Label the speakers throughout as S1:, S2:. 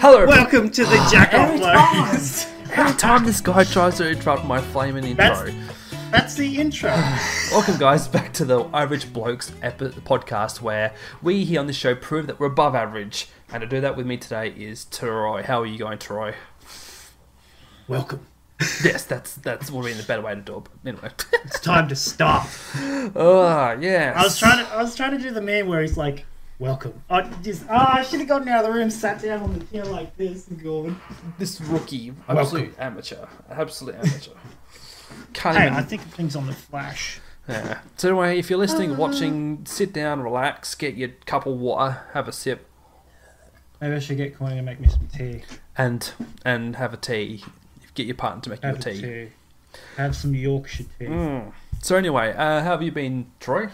S1: Hello,
S2: Welcome to the Jack Off Loans.
S1: Every time this guy tries to interrupt my flaming intro.
S2: That's- That's the intro.
S1: Welcome, guys, back to the Average Blokes epi- podcast where we here on this show prove that we're above average. And to do that with me today is Troy. How are you going, Troy?
S2: Welcome.
S1: Yes, that's that's would be the better way to do it. But anyway,
S2: It's time to stop.
S1: oh yeah.
S2: I was trying to. I was trying to do the meme where he's like, "Welcome." Oh, just, oh I should have gotten out of the room, sat down on the chair like this, and gone.
S1: this rookie, absolute amateur, absolute amateur. Can't
S2: Hey,
S1: even
S2: I think things on the flash.
S1: Yeah. So anyway, if you're listening, watching, sit down, relax, get your cup of water, have a sip,
S2: Maybe I should get Corny to make me some tea.
S1: and and have a tea. Get your partner to make you a
S2: Have
S1: tea.
S2: a tea. Mm. Have some Yorkshire tea.
S1: So anyway, uh, how have you been, Troy?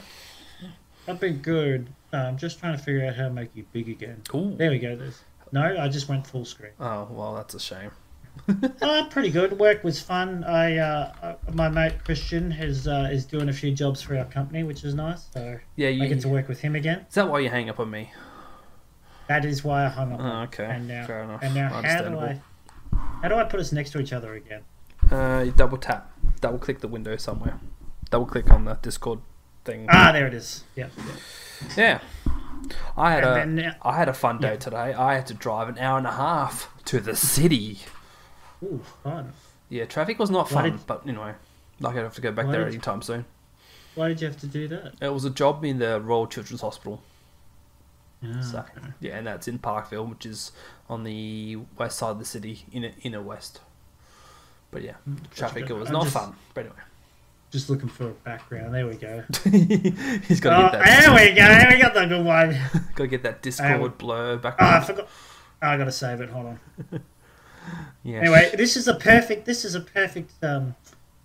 S2: I've been good. Uh, I'm just trying to figure out how to make you big again.
S1: Ooh.
S2: There we go. There's. No, I just went full screen.
S1: Oh well, that's a shame.
S2: Uh, pretty good. Work was fun. I, uh, uh, my mate Christian is uh, is doing a few jobs for our company, which is nice. So
S1: Yeah, you.
S2: I get to work with him again.
S1: Is that why you hang up on me?
S2: That is why I hung up.
S1: Oh, okay.
S2: and now,
S1: Fair enough.
S2: and now, how do I,
S1: Understandable.
S2: how do I put us next to each other again?
S1: Uh, you double tap, double click the window somewhere, double click on the Discord thing.
S2: Ah, there it is. Yep.
S1: Yeah. I had a
S2: And then-
S1: I had a fun day today. I had to drive an hour and a half to the city.
S2: Ooh, fun.
S1: Yeah, traffic was not
S2: Why
S1: fun,
S2: did-
S1: but you know, like I'd have to go back
S2: Why
S1: there
S2: did-
S1: anytime soon.
S2: Why did you have to do that?
S1: It was a job in the Royal Children's Hospital.
S2: Ah,
S1: So yeah, and that's in Parkville, which is on the west side of the city, inner inner west. But yeah, traffic it was
S2: Mm, I'm
S1: not
S2: Ah, just-
S1: fun. But
S2: Just looking for a background. There we go.
S1: anyway, he's got to
S2: Oh,
S1: get that.
S2: there we go. We got the good one.
S1: Got to get that Discord blur back.
S2: Ah, I
S1: on.
S2: forgot. Ah, I gotta save it. Hold on.
S1: yeah.
S2: Anyway, this is a perfect. This is a perfect. Um,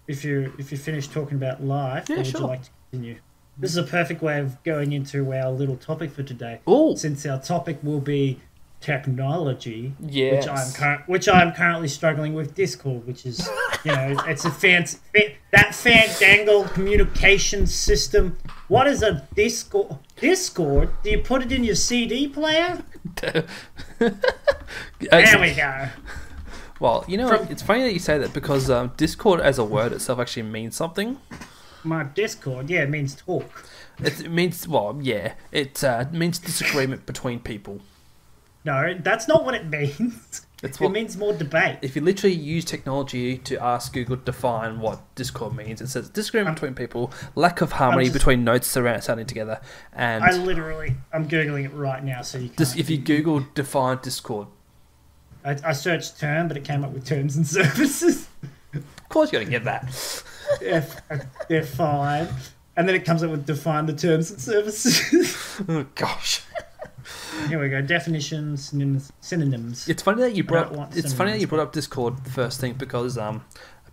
S2: if you if you finish talking about life,
S1: Yeah,
S2: or would
S1: sure.
S2: you like to continue? This is a perfect way of going into our little topic for today,
S1: Oh
S2: since our topic will be technology,
S1: yes.
S2: which I'm cur- which I'm currently struggling with Discord, which is you know it's a fancy fa- that fandangled communication system. What is a Discord? Discord? Do you put it in your CD player? There we go.
S1: Uh, Well, you know,
S2: From-
S1: it's funny that you say that because um, Discord as a word itself actually means something.
S2: My Discord, yeah, it means talk.
S1: It, it means, well, yeah, it uh, means disagreement between people.
S2: No, that's not what it means.
S1: It's
S2: it
S1: what,
S2: means more debate.
S1: if you literally use technology to ask Google to define what Discord means, it says disagreement between people, lack of harmony
S2: just-
S1: between notes surround, sounding together, and
S2: I literally, I'm googling it right now, so you can.
S1: dis- if you Google define Discord,
S2: I, I searched term, but it came up with terms and services.
S1: of course you're gonna get that.
S2: they're, they're fine, and then it comes up with define the terms and services.
S1: oh gosh.
S2: Here we go. Definitions, synonyms. synonyms.
S1: It's funny that you brought
S2: want
S1: up, it's
S2: some
S1: funny that you
S2: noise.
S1: brought up Discord the first thing because um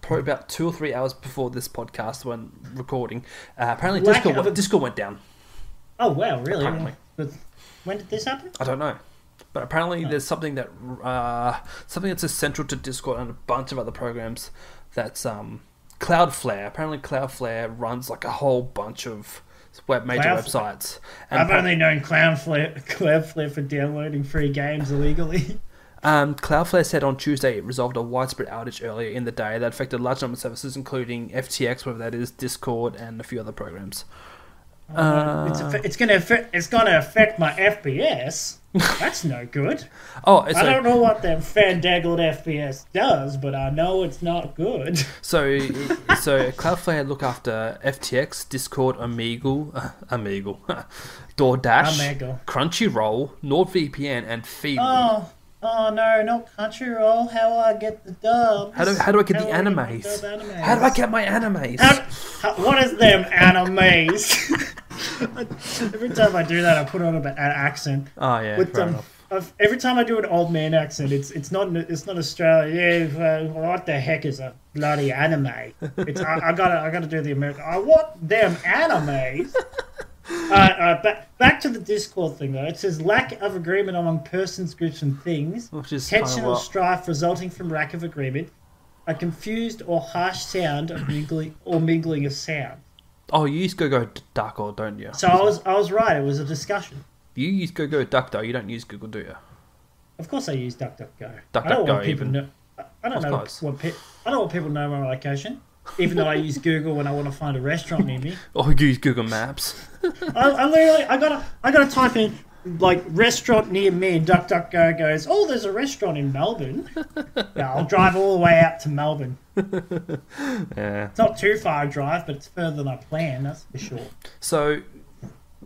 S1: probably about two or three hours before this podcast when recording, uh, apparently
S2: Lack
S1: Discord
S2: of
S1: went,
S2: a-
S1: Discord went down.
S2: Oh wow, really?
S1: Apparently.
S2: But When did this happen?
S1: I don't know. But apparently, there's something that uh, something that's essential to Discord and a bunch of other programs. That's um, Cloudflare. Apparently, Cloudflare runs like a whole bunch of web major
S2: Cloudflare?
S1: websites. And
S2: I've
S1: appar-
S2: only known Cloudflare, Cloudflare for downloading free games illegally.
S1: um, Cloudflare said on Tuesday it resolved a widespread outage earlier in the day that affected large number of services, including FTX, whether that is Discord, and a few other programs.
S2: it's,
S1: Uh.
S2: affe- it's gonna affect, it's gonna affect my FPS. That's no good.
S1: Oh, it's
S2: I
S1: a-
S2: don't know what that fandangled FPS does, but I know it's not good.
S1: So, so Cloudflare look after FTX, Discord, Omegle, uh, Omegle, DoorDash,
S2: Omegle.
S1: Crunchyroll, NordVPN, and Feedly.
S2: Oh, oh no, not country roll. How do I get the dubs?
S1: how do how do I get the
S2: do my
S1: animes?
S2: dub animes?
S1: How do I get my animes?
S2: How- how- what is them animes? Every time I do that, I put on a, an accent.
S1: oh yeah,
S2: with
S1: fair
S2: um,
S1: enough.
S2: I've- every time I do an old man accent, it's it's not an- it's not Australia. Yeah, well, what the heck is a bloody anime? It's I, I gotta I gotta do the American. I want them animes. uh, uh, back back to the Discord thing though. It says lack of agreement among persons, groups, and things,
S1: Which is kinda
S2: tension or
S1: what-
S2: strife resulting from lack of agreement, a confused or harsh sound of mingling or mingling of sound.
S1: Oh, you use GoGo Duck or don't you?
S2: So I was I was right. It was a discussion.
S1: You use GoGo Duck though. You don't use Google, do you?
S2: Of course, I use DuckDuckGo.
S1: DuckDuckGo
S2: I don't want people
S1: even.
S2: know. I don't
S1: Of
S2: know
S1: course.
S2: what pe- I don't want people to know my location. Even though I use Google when I want to find a restaurant near me,
S1: Oh, you use Google Maps.
S2: I, I literally I gotta I gotta type in like restaurant near me, and DuckDuckGo goes, oh, there's a restaurant in Melbourne. yeah, I'll drive all the way out to Melbourne.
S1: Yeah.
S2: It's not too far a drive, but it's further than I planned. That's for sure.
S1: So,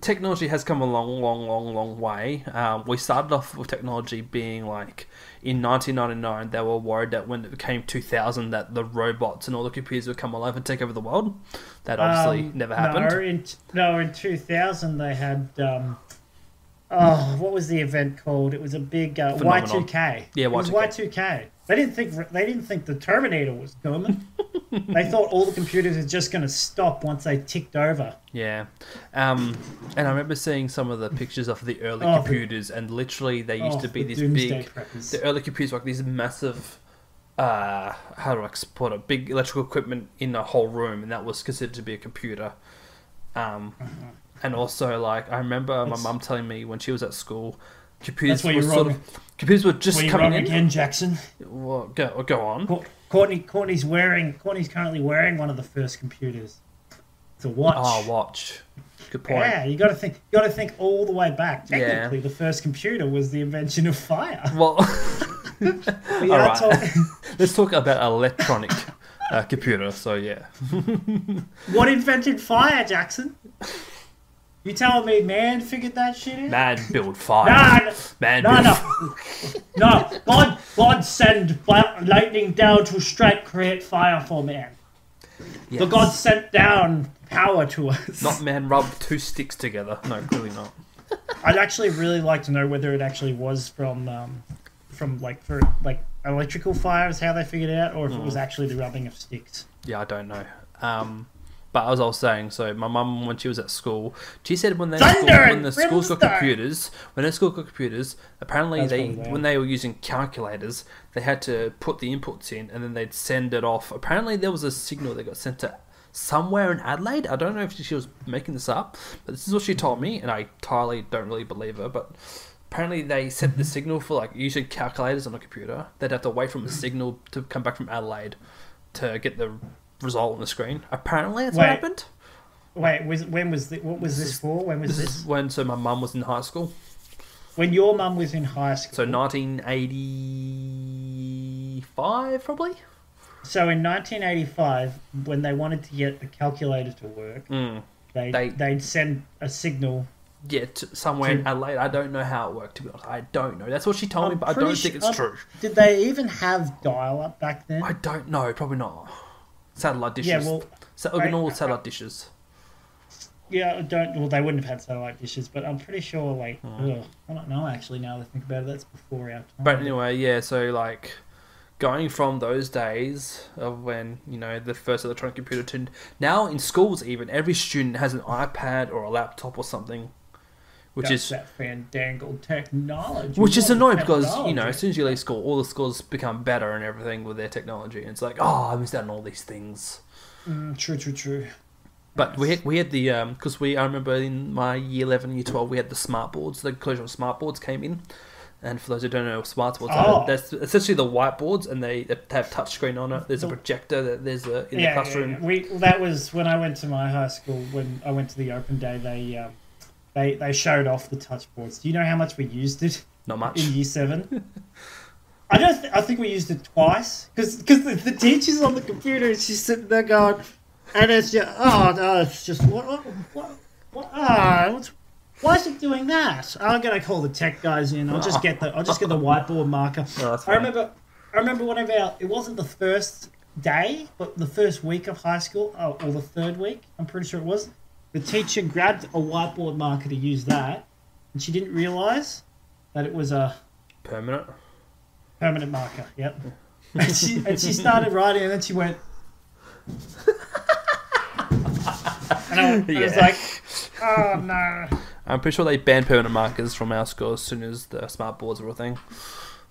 S1: technology has come a long, long, long, long way. Um, we started off with technology being like in 1999, they were worried that when it came 2000, that the robots and all the computers would come alive and take over the world. That obviously
S2: Um,
S1: never happened.
S2: No, in, no, in 2000 they had. Um, oh, what was the event called? It was a big uh,
S1: Phenomenon.
S2: Y2K.
S1: Yeah,
S2: It was
S1: Y2K.
S2: Y2K. They didn't think they didn't think the Terminator was coming. they thought all the computers were just going to stop once they ticked over.
S1: Yeah, um, and I remember seeing some of the pictures of the early
S2: Oh, the-
S1: computers, and literally they used
S2: Oh,
S1: to be
S2: the
S1: these
S2: doomsday
S1: big.
S2: preppers.
S1: The early computers were like these massive. Uh, how do I put it? Big electrical equipment in a whole room, and that was considered to be a computer. Um, and also, like I remember my
S2: Uh-huh. That's-
S1: mum telling me when she was at school, computers
S2: where
S1: were
S2: you're
S1: sort
S2: wrong.
S1: of computers were just
S2: Were you wrong
S1: coming in.
S2: again, Jackson?
S1: Well, go oh, go on.
S2: Cour- Courtney, Courtney's wearing. Courtney's currently wearing one of the first computers. It's a watch.
S1: Ah, watch. Good point.
S2: Yeah, you got to think. You got to think all the way back.
S1: Yeah.
S2: Technically, the first computer was the invention of fire.
S1: Well.
S2: We
S1: All
S2: are
S1: right.
S2: talking-
S1: Let's talk about electronic uh, computer. So yeah,
S2: what invented fire, Jackson? You telling me man figured that shit out?
S1: man build fire.
S2: Nah,
S1: man
S2: no,
S1: build.
S2: no, no. God, God, send fi- lightning down to strike, create fire for man. The
S1: Yes.
S2: God sent down power to us.
S1: Not man rub two sticks together. No, clearly not.
S2: I'd actually really like to know whether it actually was from, um, from like for like electrical fire is how they figured it out, or if it was
S1: Mm.
S2: actually the rubbing of sticks.
S1: Yeah, I don't know. Um, but as I was saying, so my mum when she was at school, she said when they
S2: Thunder
S1: school, when
S2: and
S1: the schools got
S2: brimstone.
S1: computers, when the school got computers, apparently
S2: That's
S1: they
S2: probably bad.
S1: when they were using calculators, they had to put the inputs in and then they'd send it off. Apparently there was a signal that got sent to somewhere in Adelaide. I don't know if she was making this up, but this is what she told me, and I entirely don't really believe her, but. Apparently they sent
S2: Mm-hmm.
S1: the signal for like using calculators on a computer. They'd have to wait for the signal to come back from Adelaide to get the result on the screen. Apparently, that's what
S2: Wait,
S1: happened.
S2: Wait, was, when was the, what was this for? When was
S1: This
S2: this?
S1: is when so my mum was in high school,
S2: When your mum was in high school.
S1: so 1985 probably.
S2: So in 1985, when they wanted to get the calculator to work,
S1: Mm.
S2: they,
S1: They-
S2: they would send a signal.
S1: Yeah, t- somewhere in
S2: Dude.
S1: Adelaide. I don't know how it worked. To be honest, I don't know. That's what she told
S2: I'm
S1: me, but I
S2: pretty
S1: don't think
S2: su-
S1: it's
S2: I'm-
S1: true.
S2: Did they even have dial-up back then?
S1: I don't know. Probably not. Satellite dishes.
S2: yeah, well,
S1: Sa- we can
S2: I-
S1: all satellite dishes.
S2: yeah, I don't. Well, they wouldn't have had satellite dishes, but I'm pretty sure. Like, ugh, I don't know actually. Now that I think about it, that's before our time.
S1: Hmm. But anyway, yeah, so like going from those days of when, you know, the first electronic computer to now in schools even, every student has an iPad or a laptop or something. Which
S2: Got
S1: is
S2: that fandangled technology.
S1: which is
S2: What
S1: annoying because, you know, as
S2: technology.
S1: soon as you leave school all the schools become better and everything with their technology. And it's like, oh, I missed out on all these things.
S2: Mm, true, true, true.
S1: But we had, we had the um because we I remember in my year eleven year twelve we had the smart boards the collision of smart boards came in, and for those who don't know what smart boards
S2: Oh.
S1: are that's essentially the whiteboards and they, they have touchscreen on it. There's a
S2: The-
S1: projector that there's a in the classroom.
S2: We that was when I went to my high school. When I went to the open day, they um, they they showed off the touch boards. Do you know how much we used it
S1: Not much.
S2: in year seven? I don't. Th- I think we used it twice because the, the teacher's on the computer and she's sitting there going, and it's just oh no, it's just what what what, what ah, what's, why is it doing that? I'm gonna call the tech guys in. I'll just get the I'll just get the whiteboard marker.
S1: No, that's
S2: I
S1: fine.
S2: remember, I remember one of our. It wasn't the first day, but the first week of high school, or, or the third week. I'm pretty sure it was. The teacher grabbed a whiteboard marker to use that, and she didn't realise that it was a
S1: permanent.
S2: permanent marker. Yep. And she and she started writing, and then she went. and I, I was
S1: Yeah.
S2: like, oh no.
S1: I'm pretty sure they banned permanent markers from our school as soon as the smart boards were a thing.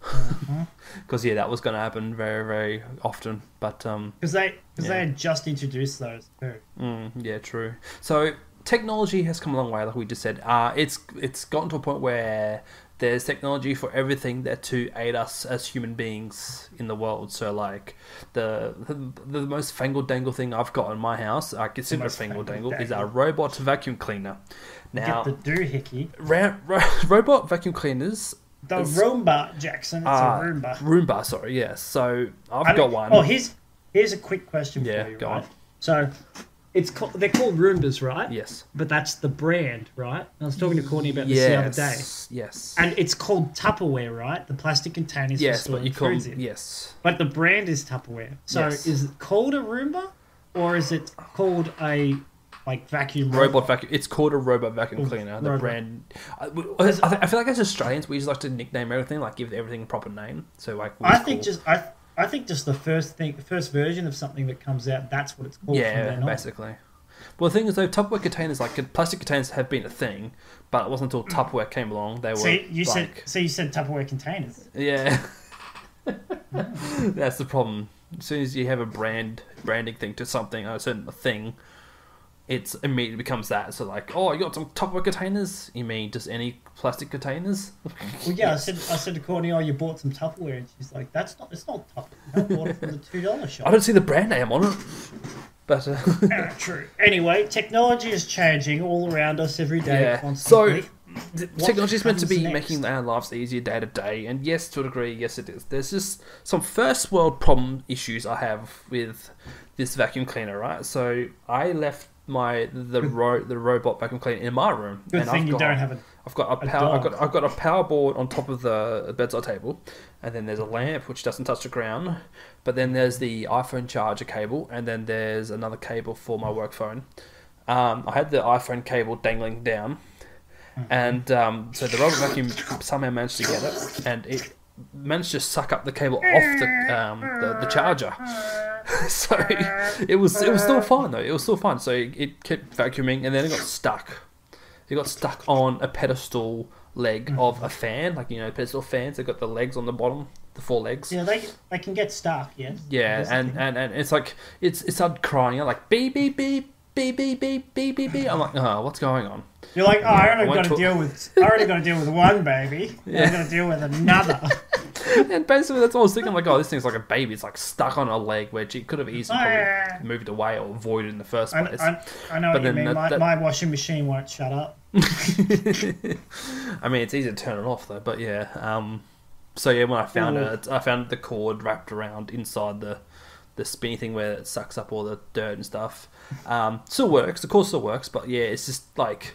S2: Uh-huh.
S1: Because yeah, that was going to happen very very often. But um,
S2: Because they, cause
S1: Yeah.
S2: they had just introduced those too.
S1: Mm, yeah, true. So technology has come a long way, like we just said. Uh, it's it's gotten to a point where There's technology for everything that to aid us as human beings in the world. So like the the, the most fangle dangle thing I've got in my house, I consider
S2: most
S1: fangle dangle,
S2: fangle-dangle.
S1: is our robot vacuum cleaner. Now,
S2: Get the doohickey.
S1: ra- ro- robot vacuum cleaners
S2: The
S1: It's-
S2: Roomba, Jackson. It's
S1: Ah,
S2: a Roomba.
S1: Roomba, sorry, yes. So I've
S2: I
S1: got
S2: mean-
S1: one.
S2: Oh, here's here's a quick question
S1: Yeah,
S2: for you.
S1: go
S2: right?
S1: on.
S3: So it's called, they're called Roombas, right?
S1: yes.
S3: But that's the brand, right? I was talking to Courtney about this the other day.
S1: Yes.
S3: And it's called Tupperware, right? The plastic containers
S1: yes,
S3: for
S1: but you
S3: storing
S1: call
S3: foods in.
S1: yes.
S3: But the brand is Tupperware. So
S1: Yes.
S3: is it called a Roomba, or is it called a like vacuum
S1: Robot vacuum. It's called a robot vacuum
S3: Oh,
S1: cleaner. The
S3: robot.
S1: brand. I, we- I I feel like as Australians, we just like to nickname everything, like give everything a proper name. So like, we
S2: I
S1: just
S2: think
S1: call-
S2: just I I think just the first thing, the first version of something that comes out, that's what it's called. from
S1: yeah,
S2: then on.
S1: basically. Well, the thing is though, Tupperware containers, like plastic containers, have been a thing, but it wasn't until Tupperware came along they were
S2: Mm. See, you said
S1: like,
S2: so. You said Tupperware containers.
S1: Yeah. That's the problem. As soon as you have a brand branding thing to something, a certain thing, it's immediately becomes that. So like, oh, you got some Tupperware containers? You mean just any plastic containers?
S2: Well, yeah, I said I said to Courtney, "Oh, you bought some Tupperware," and she's like, "That's not. It's not Tupperware. I bought it from the two dollar
S1: I
S2: shop."
S1: don't see the brand name on it. But uh,
S2: Ah, True. Anyway, technology is changing all around us every day.
S1: yeah, so
S2: Constantly.
S1: technology is meant to
S2: comes
S1: be
S2: next?
S1: making our lives easier day to day, and yes, to a degree, yes, it is. There's just some first world problem issues I have with this vacuum cleaner, right? So I left my the ro- the robot vacuum cleaner in my room,
S2: good
S1: and
S2: thing
S1: I've
S2: you
S1: got,
S2: don't have a
S1: I've got a
S2: a
S1: power. I've
S2: dog.
S1: got, I've got a power board on top of the bedside table, and then there's a lamp which doesn't touch the ground. But then there's the iPhone charger cable, and then there's another cable for my work phone. Um, I had the iPhone cable dangling down, and um, so the robot vacuum somehow managed to get it, and it managed to suck up the cable off the um, the, the charger. so it was it was still fine though. It was still fine. So it, it kept vacuuming, and then it got stuck. It got stuck on a pedestal leg of a fan, like you know pedestal fans. They got the legs on the bottom, the four legs.
S2: Yeah, they they can get stuck. Yes.
S1: Yeah,
S2: That's the
S1: and,
S2: thing.
S1: and, and it's like it's it's started crying. I'm like beep beep beep beep beep beep beep beep beep. I'm like, oh, what's going on?
S2: you're like, oh, I already
S1: One
S2: got to
S1: to-
S2: deal with. I already got to deal with one baby.
S1: Yeah.
S2: I'm going to deal with another.
S1: And basically, that's what I was thinking. I'm like, oh, this thing's like a baby. It's like stuck on a leg, which it could have easily
S2: Oh, yeah.
S1: probably moved away or avoided in the first
S2: I,
S1: place.
S2: I, I know
S1: But
S2: what you
S1: then
S2: mean.
S1: that-
S2: my,
S1: that-
S2: my washing machine won't shut up.
S1: I mean, it's easy to turn it off though. But yeah, um, so yeah, when I found
S2: Ooh.
S1: it, I found the cord wrapped around inside the the spinny thing where it sucks up all the dirt and stuff. Um, still works, of course, still works. But yeah, it's just like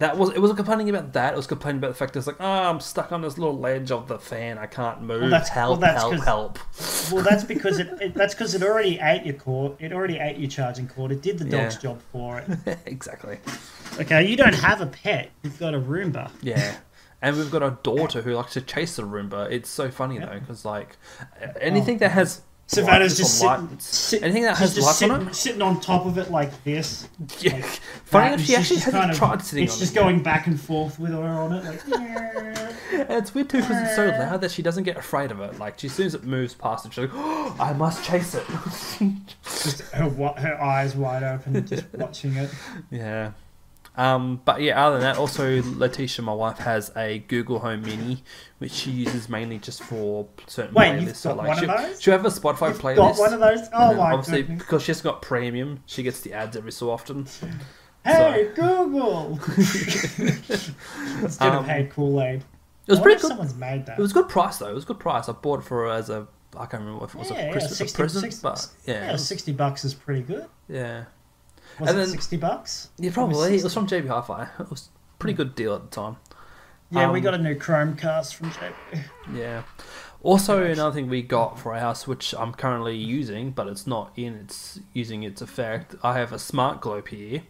S1: that was. It wasn't complaining about that. It was complaining about the fact that it's like, oh, I'm stuck on this little ledge of the fan. I can't move.
S2: that's- well,
S1: help!
S2: that's
S1: help!
S2: 'cause-
S1: Help!
S2: Well, that's because it, it that's because it already ate your cord. It already ate your charging cord. It did the dog's
S1: Yeah.
S2: job for it.
S1: exactly.
S2: Okay, you don't have a pet. You've got a Roomba.
S1: Yeah. And we've got a daughter who likes to chase the Roomba. It's so funny though, because like anything that has
S2: Oh.
S1: lights
S2: Savannah's
S1: or
S2: just sitting.
S1: lights-
S2: sit-
S1: anything that
S2: she's
S1: has
S2: just
S1: lights on
S2: sitting,
S1: it?
S2: sitting on top of it like this.
S1: Yeah.
S2: Like
S1: Funny
S2: that,
S1: enough,
S2: and
S1: she
S2: she's
S1: actually
S2: just
S1: hasn't
S2: kind of-
S1: tried sitting
S2: It's
S1: on
S2: just
S1: it. yet.
S2: going back and forth with her on it. Like, "Yeah."
S1: And it's weird too because it's so loud that she doesn't get afraid of it. Like she, as soon as it moves past it, she's like, oh, "I must chase it."
S2: just her wa- her eyes wide open, just watching it.
S1: yeah. Um, but yeah, other than that, also Letitia, my wife, has a Google Home Mini, which she uses mainly just for certain
S2: Wait,
S1: playlists.
S2: you've
S1: so,
S2: got
S1: like,
S2: one of
S1: she'll,
S2: those?
S1: she'll have a Spotify playlist.
S2: Got one of those.
S1: And
S2: Oh
S1: then
S2: my
S1: obviously,
S2: goodness!
S1: because she's got premium, she gets the ads every so often.
S2: Hey Google! Instead
S1: Um,
S2: of Hey Kool Aid.
S1: It was pretty good.
S2: Someone's made that.
S1: It was a good price though. It was a good price. I bought it for her as a I can't remember if it was
S2: Yeah,
S1: a
S2: yeah,
S1: Christmas
S2: 60
S1: present,
S2: 60
S1: but yeah,
S2: yeah,
S1: it was-
S2: sixty bucks is pretty good.
S1: yeah,
S2: Was
S1: And
S2: it
S1: then-
S2: sixty bucks?
S1: yeah,
S2: Probably Hmm.
S1: probably. It
S2: 60.
S1: was from JB Hi-Fi. It was a pretty good deal at the time.
S2: Yeah, we
S1: Um,
S2: got a new Chromecast from JB.
S1: Yeah. Also, another thing we got for our house, which I'm currently using, but it's not in its using its effect. I have a smart globe here.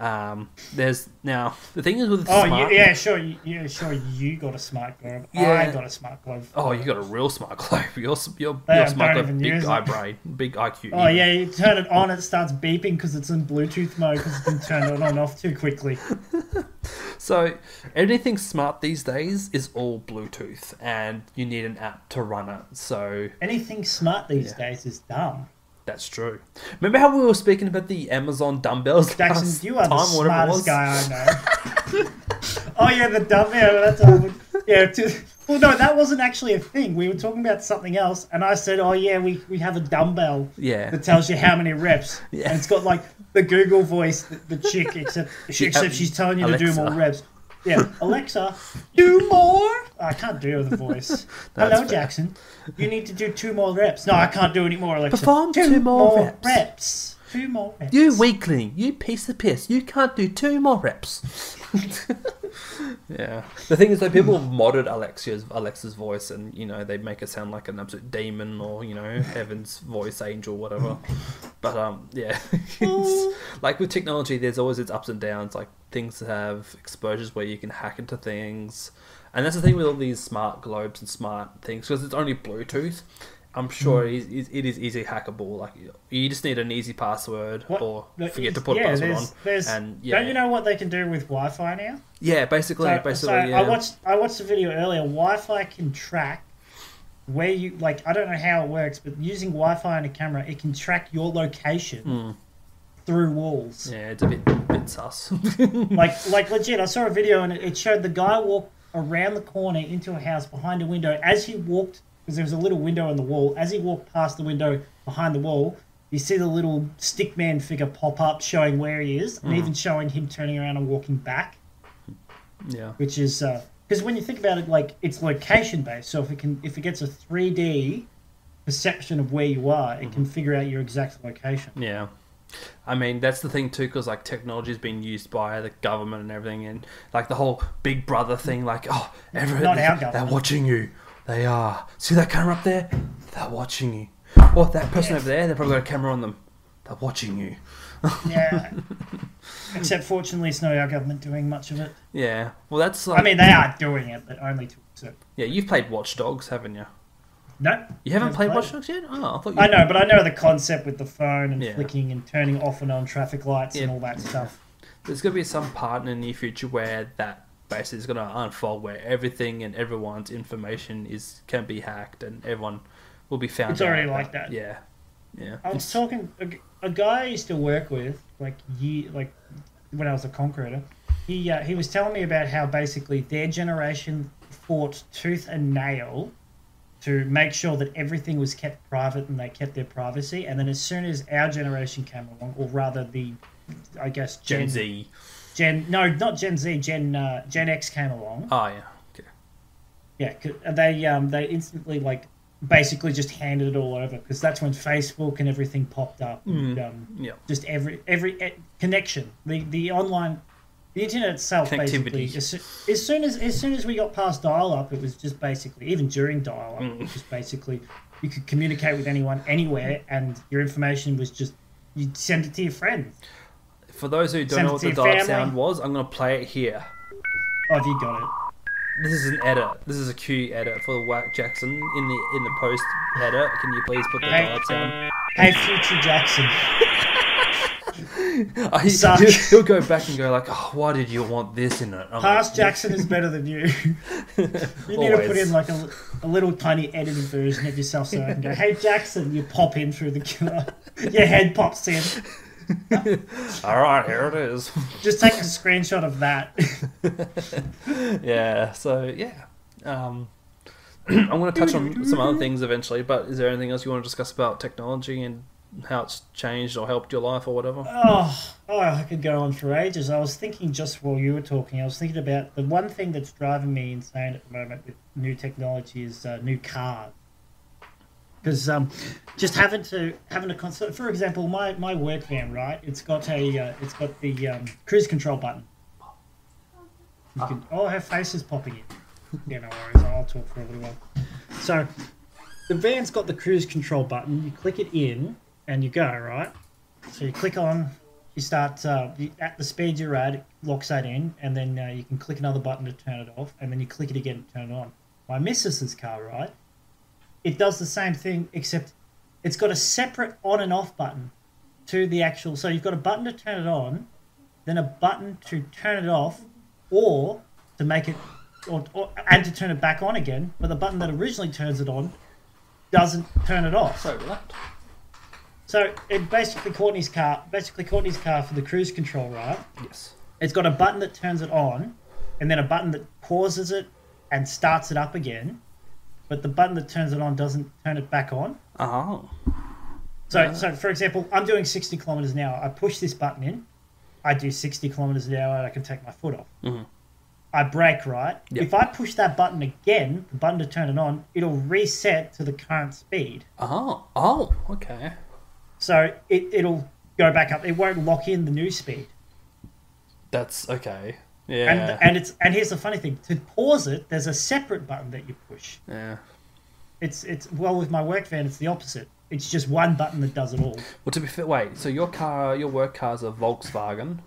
S1: Um, there's now the thing is with the
S2: Oh
S1: smart.
S2: you, yeah, sure. you- Yeah, sure. You got a smart glove. I
S1: Yeah.
S2: got a smart glove.
S1: Oh, you got a real smart globe. Your s- your,
S2: Yeah,
S1: your
S2: I
S1: smart
S2: don't
S1: globe,
S2: even
S1: big
S2: use it.
S1: eye brain, big IQ.
S2: Oh yeah, you turn it on, it starts beeping because it's in Bluetooth mode because it's been turned on and off too quickly.
S1: So anything smart these days is all Bluetooth, and you need an app to run it. So
S2: Anything smart these days is dumb.
S1: that's true. Remember how we were speaking about the Amazon dumbbells?
S2: Jackson,
S1: last
S2: you are the
S1: time, whatever it was?
S2: smartest guy I know. oh yeah, the dumb yeah, that's all. Yeah. To, well, no, that wasn't actually a thing. We were talking about something else, and I said, "Oh yeah, we, we have a dumbbell
S1: Yeah.
S2: that tells you how many reps."
S1: Yeah.
S2: And it's got like the Google voice, the, the chick, except she,
S1: Yeah,
S2: except she's telling you to do
S1: Alexa.
S2: more reps. Yeah, Alexa, do more. I can't do the voice.
S1: That's
S2: Hello,
S1: fair.
S2: Jackson. You need to do two more reps. No, I can't do any more, Alexa.
S1: Perform two more reps.
S2: reps. Two more reps.
S1: You weakling, you piece of piss, you can't do two more reps. yeah. The thing is that people have modded Alexia's Alexa's voice and you know, they make it sound like an absolute demon or, you know, heaven's voice angel, whatever. But um yeah. It's- like with technology there's always its ups and downs, like things have exposures where you can hack into things. And that's the thing with all these smart globes and smart things, because it's only Bluetooth. I'm sure
S2: Mm.
S1: it is, it is easily hackable. Like you just need an easy password
S2: What-
S1: or
S2: like,
S1: forget to put
S2: yeah,
S1: a password on.
S2: there's- there's-
S1: and yeah,
S2: Don't you know what they can do with Wi-Fi now?
S1: yeah, basically,
S2: So-
S1: basically,
S2: so
S1: yeah.
S2: I watched I watched a video earlier. Wi-Fi can track where you like. I don't know how it works, but using Wi-Fi and a camera, it can track your location
S1: Hmm.
S2: through walls.
S1: yeah, it's a bit bit sus.
S2: Like like legit. I saw a video and it, it showed the guy walk around the corner into a house behind a window. As he walked, because there was a little window on the wall. As he walked past the window behind the wall. You see the little stick man figure pop up, showing where he is, and even showing him turning around and walking back.
S1: yeah,
S2: which is because when you think about it, like it's location based. So if it can, if it gets a three D perception of where you are, it can figure out your exact location.
S1: yeah. I mean, that's the thing too, because like technology is being used by the government and everything, and like the whole Big Brother thing. Like, oh, everyone,
S2: Not
S1: they're,
S2: our
S1: they're
S2: government.
S1: watching you. They are. See that camera up there? They're watching you. What that person over there? They've probably got a camera on them. They're watching you.
S2: Yeah. Except fortunately, it's not our government doing much of it.
S1: Yeah. Well, that's like.
S2: I mean, they are doing it, but only to so.
S1: yeah, you've played Watch Dogs, haven't you?
S2: No,
S1: You haven't
S2: Never
S1: played
S2: played
S1: Watch
S2: it.
S1: Dogs yet? Oh, I thought you.
S2: I know, but I know the concept with the phone and
S1: Yeah.
S2: flicking and turning off and on traffic lights and
S1: Yeah.
S2: all that stuff.
S1: There's going to be some part in the near future where that basically is going to unfold, where everything and everyone's information is can be hacked, and everyone will be found.
S2: It's already
S1: out.
S2: like that. Oh.
S1: Yeah, yeah.
S2: I was talking a, g- a guy I used to work with, like ye like when I was a concreter. He uh, he was telling me about how basically their generation fought tooth and nail to make sure that everything was kept private and they kept their privacy. And then as soon as our generation came along, or rather the, I guess
S1: Gen, Z.
S2: Gen no not Gen Z Gen uh, Gen X came along.
S1: Oh yeah. Okay.
S2: Yeah, 'cause they um they instantly like basically just handed it all over because that's when Facebook and everything popped up. And, um,
S1: Yeah.
S2: just every every eh, connection the the online the internet itself basically
S1: Connectivity.
S2: as, soo- as soon as as soon as we got past dial up it was just basically even during dial up it was just basically you could communicate with anyone anywhere and your information was just you'd send it to your friends
S1: For those who don't
S2: Send
S1: know
S2: it
S1: what
S2: to
S1: the
S2: your
S1: dial
S2: family.
S1: sound was, I'm going to play it here.
S2: oh have you got it
S1: This is an edit. This is a cue edit for Whack Jackson in the in the post edit. Can you please put the
S2: Hey. um,
S1: dial sound?
S2: hey future jackson
S1: Oh, he,
S2: Uh, Suck.
S1: he'll, he'll go back and go like, "Oh, why did you want this in it?" I'm
S2: past
S1: like,
S2: jackson is better than you you need to put
S1: Always.
S2: in like a, a little tiny edited version of yourself so i can go hey jackson you pop in through the killer your head pops in
S1: All right, here it is.
S2: just take a screenshot of that
S1: yeah. So yeah, um, I'm going to touch on some other things eventually. But is there anything else you want to discuss about technology and how it's changed or helped your life or whatever?
S2: Oh, oh, I could go on for ages. I was thinking just while you were talking, I was thinking about the one thing that's driving me insane at the moment with new technology is uh, new cars. Because um, just having to having a constant, for example, my, my work van, right? It's got a uh, it's got the um, cruise control button. You can, oh, her face is popping in. Yeah, no worries. I'll talk for a little while. So, the van's got the cruise control button. You click it in, and you go right. So you click on, you start uh, you, at the speed you're at, it locks that in, and then uh, you can click another button to turn it off, and then you click it again to turn it on. My missus's car, right? It does the same thing, except it's got a separate on and off button to the actual. So you've got a button to turn it on, then a button to turn it off, or to make it, or, or and to turn it back on again. But the button that originally turns it on doesn't turn it off.
S1: So what?
S2: So it basically Courtney's car, basically Courtney's car for the cruise control, right?
S1: Yes.
S2: It's got a button that turns it on, and then a button that pauses it, and starts it up again, but the button that turns it on doesn't turn it back on.
S1: Oh.
S2: So, so for example, I'm doing 60 kilometers an hour. I push this button in. I do 60 kilometers an hour and I can take my foot off.
S1: Mhm.
S2: I brake, right?
S1: Yep.
S2: If I push that button again, the button to turn it on, it'll reset to the current speed.
S1: Oh. Oh. Okay.
S2: So it, it'll go back up. It won't lock in the new speed.
S1: That's okay. Yeah.
S2: And, and it's and here's the funny thing: to pause it, there's a separate button that you push.
S1: yeah.
S2: It's it's well with my work van, it's the opposite. It's just one button that does it all.
S1: Well, to be fair, wait. So your car, your work car's a Volkswagen,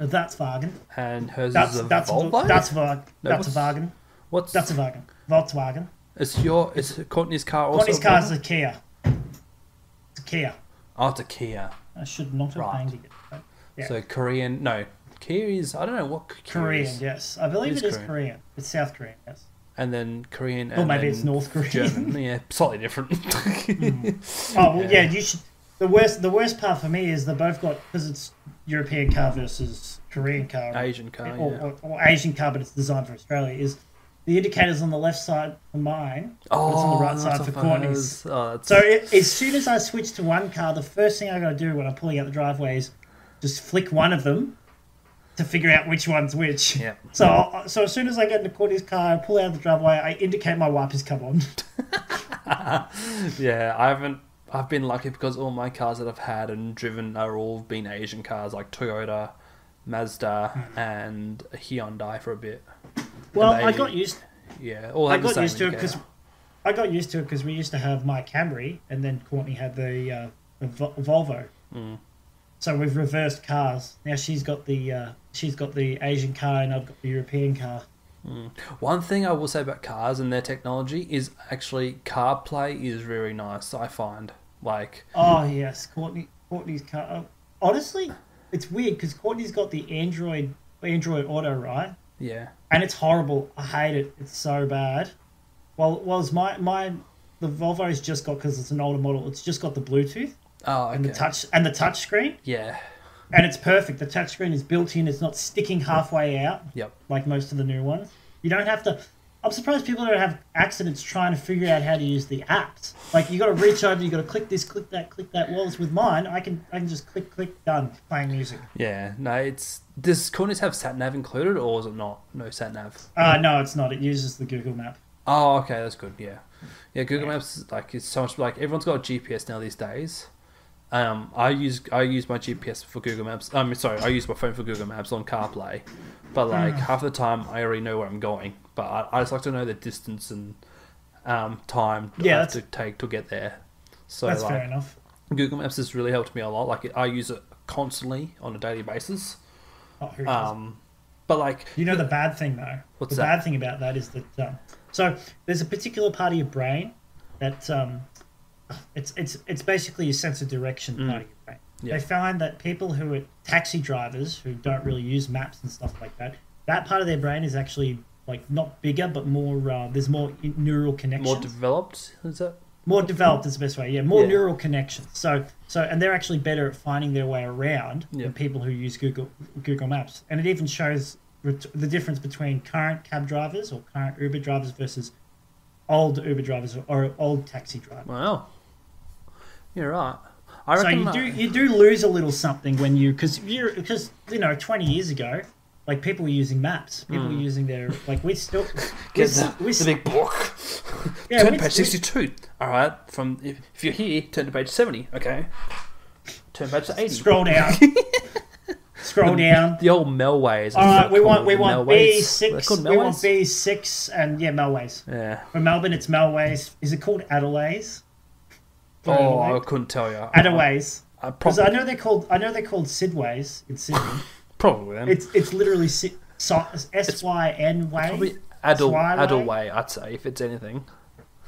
S2: Now That's Vargen.
S1: and hers
S2: That's
S1: is a
S2: that's
S1: Volvo.
S2: that's Vargen.
S1: No, what's-
S2: That's Vargen.
S1: what's
S2: That's a Vargen. Volkswagen.
S1: Is your is Courtney's car also?
S2: Connie's
S1: a
S2: car is
S1: Volvo?
S2: a Kia. It's a Kia.
S1: Oh, it's a Kia.
S2: I should not have
S1: Right.
S2: named it. but- Yeah.
S1: So Korean. No, Kia is I don't know what Kia
S2: Korean,
S1: is.
S2: yes. I believe
S1: It
S2: it
S1: is
S2: is
S1: Korean.
S2: Korean. It's South Korean, yes.
S1: And then Korean.
S2: Or
S1: and
S2: maybe
S1: then
S2: it's North Korean.
S1: German. Yeah, slightly different.
S2: Oh well,
S1: Yeah.
S2: yeah. You should. The worst, the worst part for me is they both got because it's European car versus Korean car,
S1: Asian car.
S2: or,
S1: Oh, Yeah.
S2: or, or Asian car, but it's designed for Australia. Is the indicators on the left side for mine, but it's on the right
S1: that's
S2: side
S1: a
S2: for
S1: fuzz.
S2: Courtney's.
S1: Oh, that's,
S2: So it, as soon as I switch to one car, the first thing I got to do when I'm pulling out the driveway is just flick one of them to figure out which one's which.
S1: Yeah.
S2: So I'll- so as soon as I get into Courtney's car, I pull out of the driveway. I indicate my wipers come on.
S1: yeah, I haven't. I've been lucky because all my cars that I've had and driven are all been Asian cars, like Toyota, Mazda,
S2: Hmm.
S1: and a Hyundai for a bit.
S2: Well,
S1: they-
S2: I got used.
S1: Yeah, all
S2: I
S1: have the
S2: got
S1: same
S2: used to it
S1: indicator.
S2: because I got used to it because we used to have my Camry, and then Courtney had the, uh, the Vol- Volvo.
S1: Hmm.
S2: So we've reversed cars. Now she's got the uh, she's got the Asian car, and I've got the European car.
S1: One thing I will say about cars and their technology is actually CarPlay is very nice. I find like
S2: Oh yes, Courtney Courtney's car. Oh, honestly, it's weird because Courtney's got the Android Android Auto right,
S1: yeah,
S2: and it's horrible. I hate it. It's so bad. Well, was my my the Volvo's just got because it's an older model. It's just got the Bluetooth
S1: oh okay.
S2: and the touch and the touch screen.
S1: yeah,
S2: and it's perfect. The touchscreen is built in; it's not sticking halfway out
S1: yep,
S2: like most of the new ones. You don't have to. I'm surprised people don't have accidents trying to figure out how to use the apps. Like you got to reach over, you got to click this, click that, click that. Whereas with mine, I can I can just click, click, done, playing music.
S1: yeah. No, it's does Corners have sat nav included or is it not? No sat nav.
S2: Uh, no, it's not. It uses the Google Map.
S1: Oh, okay, that's good. Yeah, yeah. Google Maps like it's so much like everyone's got a GPS now these days. Um, I use I use my GPS for Google Maps. I'm sorry, I use my phone for Google Maps on CarPlay,
S2: Hmm.
S1: but like half the time I already know where I'm going. But I, I just like to know the distance and um, time
S2: Yeah,
S1: I have
S2: that's-
S1: to take to get there. So
S2: That's
S1: like
S2: fair enough.
S1: Google Maps has really helped me a lot. Like I use it constantly on a daily basis.
S2: Oh, who doesn't?
S1: Um, but like
S2: You know the bad thing though.
S1: What's
S2: the
S1: that?
S2: bad thing about that is that um, so there's a particular part of your brain that um, it's it's it's basically your sense of direction part of your brain.
S1: Mm. Yeah.
S2: They find that people who are taxi drivers who don't really use maps and stuff like that, that part of their brain is actually like not bigger but more uh, there's more in- neural connections
S1: more developed is it?
S2: more developed is the best way. Yeah, more
S1: Yeah.
S2: neural connections. So so and they're actually better at finding their way around
S1: Yeah.
S2: than people who use Google Google Maps. And it even shows ret- the difference between current cab drivers or current Uber drivers versus old Uber drivers or, or old taxi drivers.
S1: Wow, you're right. I
S2: So
S1: reckon
S2: you
S1: that-
S2: do you do lose a little something when you because you because you know twenty years ago. Like people were using maps, people were using their like we still we
S1: Hmm. Get
S2: s-
S1: the,
S2: we
S1: the
S2: s-
S1: big book.
S2: yeah,
S1: turn
S2: we-
S1: to page
S2: we-
S1: 62. All right, from if, if you're here, turn to page 70. Okay. Turn page to 80.
S2: scroll down, scroll down.
S1: The old Melways.
S2: All right, Uh, we want we want B
S1: They're
S2: six.
S1: called
S2: We want
S1: Melways?
S2: B six and yeah, Melways.
S1: Yeah.
S2: For Melbourne, it's Melways. Is it called Adelaide's?
S1: Oh, I
S2: Adelaide?
S1: couldn't tell you.
S2: Adelaide's.
S1: I
S2: Because I
S1: probably,
S2: know they're called I know they're called Sidways in Sydney.
S1: probably then.
S2: it's it's literally Si- so- S Y N way.
S1: probably Adel,
S2: Swallow?
S1: Adelway, I'd say, if it's anything.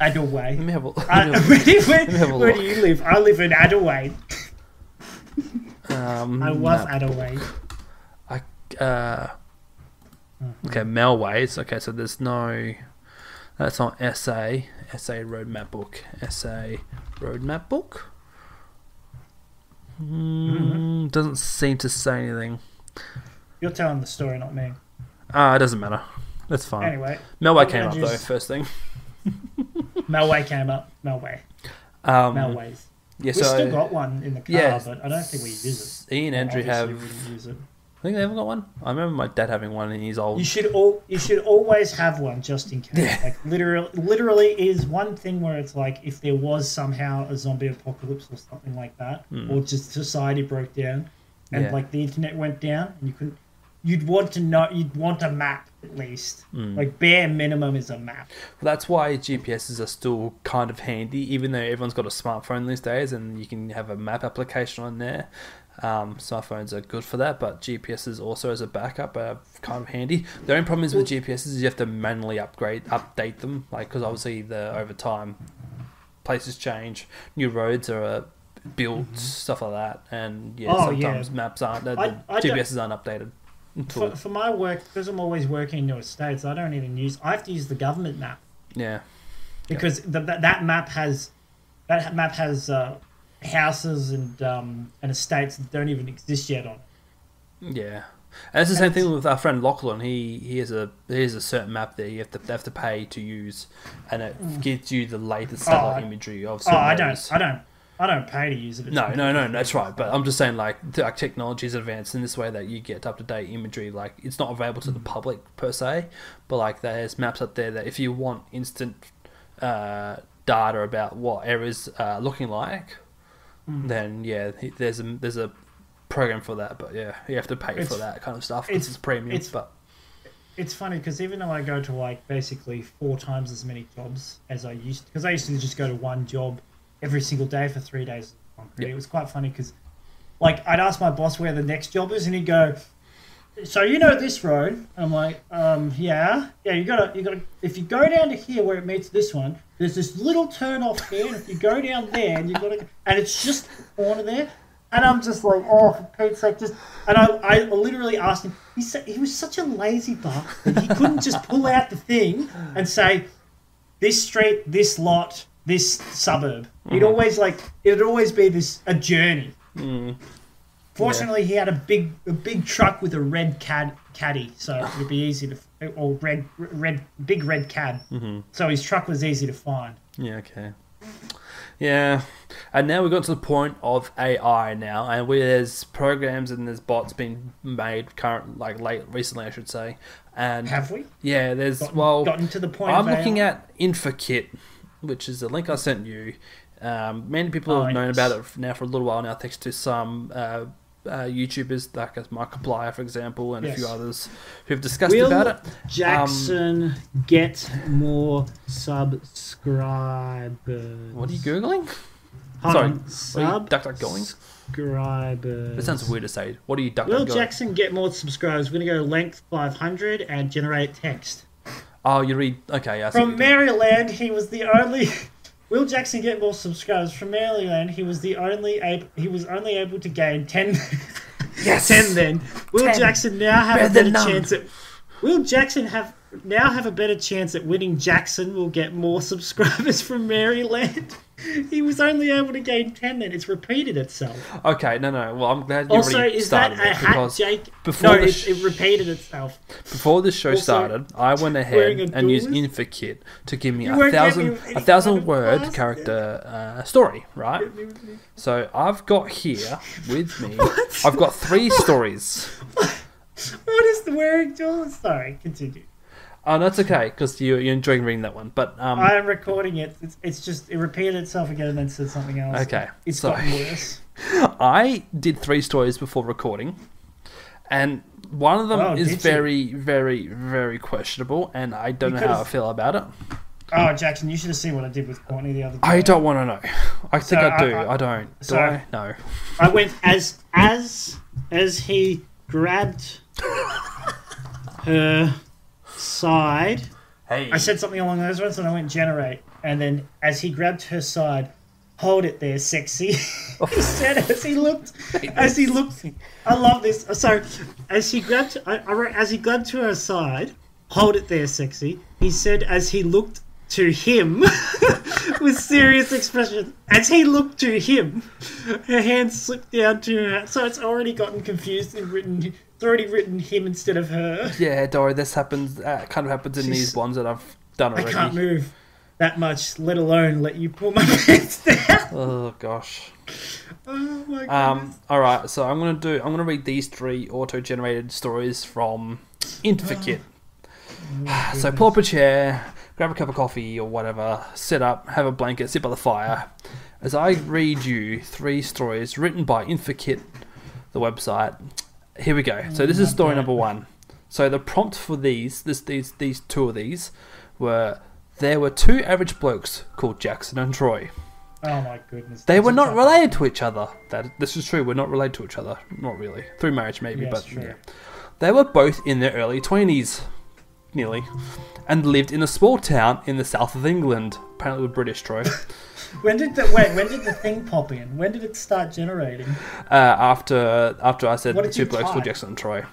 S1: Let
S2: Adelway.
S1: me have a look.
S2: I- where
S1: Mm-hmm. me have a
S2: where do
S1: look.
S2: you live? I live in Adelaide.
S1: um,
S2: I was
S1: map.
S2: Adelaide.
S1: I, uh, okay, Melways. Okay, so there's no. That's not SA. SA Roadmap Book. SA Roadmap Book? Mm, Doesn't seem to say anything.
S2: You're telling the story, not me.
S1: Ah, it doesn't matter. That's fine.
S2: Anyway,
S1: Melway came up though
S2: Avengers-
S1: first thing.
S2: Melway came up. Melway.
S1: Um,
S2: Melways.
S1: Yeah,
S2: We've
S1: so
S2: still got one in the car,
S1: yeah,
S2: but I don't think we use
S1: Ian
S2: it.
S1: and Andrew
S2: Obviously,
S1: have.
S2: we didn't use it.
S1: I think they haven't got one. I remember my dad having one in his old.
S2: You should all you should always have one just in case. Like literally, literally is one thing where it's like if there was somehow a zombie apocalypse or something like that, or just society broke down, and
S1: Hmm. Yeah.
S2: like the internet went down, and you couldn't. You'd want to know. You'd want a map at least.
S1: Hmm.
S2: Like bare minimum is a map.
S1: That's why GPSs are still kind of handy, even though everyone's got a smartphone these days, and you can have a map application on there. Um, smartphones are good for that, but GPSs also as a backup are kind of handy. The only problem is with GPSs is you have to manually upgrade, update them, like because obviously the over time places change, new roads are uh, built, stuff like that, and yeah,
S2: Mm-hmm. Oh, yeah.
S1: sometimes maps aren't, the,
S2: I- I don't-
S1: GPSs aren't updated.
S2: For,
S1: Until,
S2: for my work, because I'm always working in the states, I don't even use. I have to use the government map.
S1: yeah,
S2: because th that that map has that map has uh, houses and um, and estates that don't even exist yet on. it.
S1: Yeah, and it's the same thing with our friend Lachlan. He he has a he has a certain map that you have to they have to pay to use, and it gives you the latest
S2: Mm. Oh,
S1: satellite
S2: I-
S1: imagery of.
S2: Oh,
S1: certain
S2: I don't,
S1: areas.
S2: I don't, I don't pay to use it. It's
S1: No,
S2: on-
S1: no, no, that's right. But I'm just saying, like, the- like technology is advanced in this way that you get up to date imagery. Like, it's not available
S2: Mm.
S1: to the public per se, but like, there's maps up there that if you want instant uh, data about what areas are looking like,
S2: Mm.
S1: then yeah, he- there's a there's a program for that. But yeah, you have to pay for
S2: It's-
S1: that kind of stuff. 'cause It's,
S2: it's-
S1: premium,
S2: it's-
S1: but
S2: It's funny because even though I go to like basically four times as many jobs as I used, because I used to just go to one job every single day for three days. on concrete.
S1: Yeah.
S2: It was quite funny because, like, I'd ask my boss where the next job is, and he'd go, "So you know this road?" And I'm like, "Um, yeah, yeah. You gotta, you gotta. If you go down to here where it meets this one, there's this little turn off here, and if you go down there, and you gotta, and it's just the corner there." And I'm just like, oh, for Pete's sake, just. And I, I literally asked him. He said he was such a lazy buck that he couldn't just pull out the thing and say, this street, this lot, this suburb. It'd always like it'd always be this a journey. Fortunately, he had a big a big truck with a red cad caddy, so it'd be easy to or red red big red cad. Mm-hmm. So his truck was easy to find.
S1: Yeah, okay. Yeah. And now we've got to the point of AI now, and where there's programs and there's bots being made current, like late recently, I should say. And
S2: Have we?
S1: yeah, there's
S2: Gotten-
S1: well,
S2: gotten to the point
S1: I'm
S2: of
S1: looking
S2: AI?
S1: at InfoKit, which is the link I sent you. Um, many people
S2: Oh,
S1: have known
S2: yes.
S1: about it now for a little while now, thanks to some uh, uh, YouTubers like as Markiplier, for example, and a few
S2: Yes.
S1: others who've discussed
S3: Will
S1: about it.
S3: Jackson get more subscribers?
S1: What are you googling?
S3: Hold
S1: Sorry,
S3: on. Sub
S1: duck, duck going?
S3: subscribers.
S1: That sounds weird to say. What are you duck
S3: Will
S1: duck going?
S3: Jackson get more subscribers? We're gonna go length 500 and generate text.
S1: Oh, you read? Okay, I see.
S2: From
S1: what you're
S2: Maryland, he was the only. Will Jackson get more subscribers? From Maryland, he was the only. Ab- he was only able to gain ten.
S1: doing. yes,
S3: 10 then. Will Jackson now have
S1: Better
S3: a better
S1: than none.
S3: chance at Will Jackson have now have a better chance at winning Jackson will get more subscribers from Maryland. he was only able to gain 10 then. It's repeated itself.
S1: Okay, no, no. Well, I'm glad you
S3: also,
S1: already
S3: is that
S1: started
S3: a
S1: it
S3: hat,
S1: because
S3: Jake?
S1: before
S3: no,
S1: the
S3: it,
S1: sh-
S3: it repeated itself.
S1: before this show
S3: Also,
S1: started, I went ahead
S3: wearing a
S1: and used
S3: doors?
S1: InfoKit to give me
S3: You
S1: a
S3: weren't giving
S1: thousand
S3: me
S1: a
S3: any kind
S1: thousand
S3: of
S1: word
S3: plastic.
S1: character uh, story, right? So I've got here with me. I've got three stories.
S2: what is the wearing jewels? Sorry, continue.
S1: Oh, that's okay because you, you're enjoying reading that one. But um,
S2: I am recording it. It's, it's just it repeated itself again and then said something else.
S1: Okay,
S2: it's
S1: so-
S2: gotten worse.
S1: I did three stories before recording, and one of them
S2: Oh,
S1: is
S2: did you?
S1: very, very, very questionable, and I don't
S2: You
S1: know how I
S2: could've-
S1: feel about it.
S2: Oh, Jackson, you should have seen what I did with Courtney the other day.
S1: I don't want to know. I think
S2: So,
S1: I do. I,
S2: I- I-
S1: don't. Do
S2: so-
S1: I? No.
S3: I went as as as he grabbed her side.
S1: Hey.
S2: I said something along those lines, and I went generate. And then as he grabbed her side, hold it there, sexy. he said as he looked, as he looked.
S3: I love this.
S2: Uh,
S3: So, as he grabbed, I, I wrote, as he grabbed to her side, hold it there, sexy. He said as he looked to him with serious expression. As he looked to him, her hand slipped down to her. So it's already gotten confused and written
S2: They're already written him instead of her.
S1: Yeah, Dory, this happens. Uh, kind of happens in these
S2: She's-
S1: ones that I've done
S2: I
S1: already.
S2: can't move that much, let alone let you pull my pants down.
S1: Oh gosh.
S2: Oh my god.
S1: Um, all right, so I'm gonna do. I'm gonna read these three auto-generated stories from Interfikit. so pull up a chair, grab a cup of coffee or whatever, sit up, have a blanket, sit by the fire. As I read you three stories written by Infikit, the website. Here we go. So this is story number one. So the prompt for these, this these these two of these, were there were two average blokes called Jackson and Troy.
S2: Oh my goodness.
S1: They
S2: That's
S1: were
S2: a
S1: not
S2: tough-
S1: related to each other. That this is true. We're not related to each other. Not really. Through marriage, maybe,
S2: Yes,
S1: but
S2: true.
S1: yeah. They were both in their early twenties, nearly, and lived in a small town in the south of England. Apparently, with British Troy.
S2: When did the wait? When did the thing pop in? When did it start generating?
S1: uh, after after I said
S2: What
S1: the
S2: did
S1: two
S2: you
S1: blokes called
S2: type?
S1: Jackson and Troy.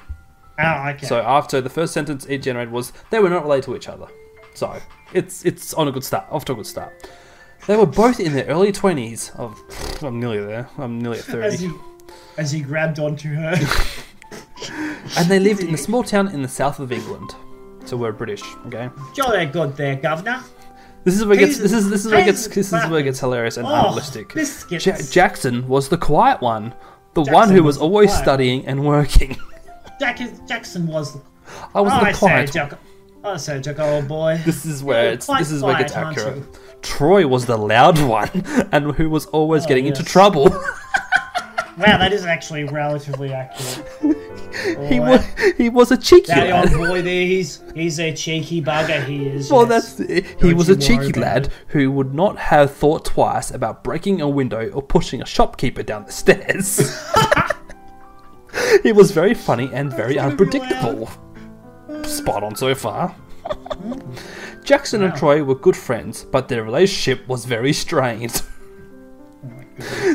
S2: Oh, okay.
S1: So after the first sentence it generated was they were not related to each other. So it's it's on a good start. Off to a good start. They were both in their early twenties. Of I'm nearly there. I'm nearly at thirty.
S2: as he as he grabbed onto her.
S1: And they lived in a small town in the south of England. So we're British, okay?
S2: Jolly good there, governor.
S1: This is where it gets
S2: Jesus.
S1: this is this is where it gets this is
S2: Jesus
S1: where it gets hilarious and
S2: Oh,
S1: unrealistic.
S2: biscuits.
S1: Ja- Jackson was the quiet one, the one who
S2: Jackson
S1: was
S2: was the
S1: always
S2: quiet
S1: studying and working.
S2: Jack is, Jackson was. the-
S1: I was
S2: Oh,
S1: the
S2: I say,
S1: quiet. one.
S2: Jack. I say, Jack, old boy.
S1: This is where
S2: You're
S1: it's
S2: quite
S1: this is where it gets
S2: quiet, aren't
S1: accurate.
S2: you?
S1: Troy was the loud one and who was always getting into
S2: Oh, yes.
S1: trouble.
S2: Wow, that is actually relatively accurate.
S1: he
S2: Boy.
S1: was he was a cheeky
S2: That
S1: lad.
S2: old boy there, he's, he's a cheeky bugger, he is.
S1: Well,
S2: yes.
S1: that's he was
S2: you
S1: a cheeky
S2: worry about
S1: lad who would not have thought twice about breaking a window or pushing a shopkeeper down the stairs. he was very funny and very
S2: gonna be
S1: unpredictable. Spot on so far. Jackson and Troy were good friends, but their relationship was very strained.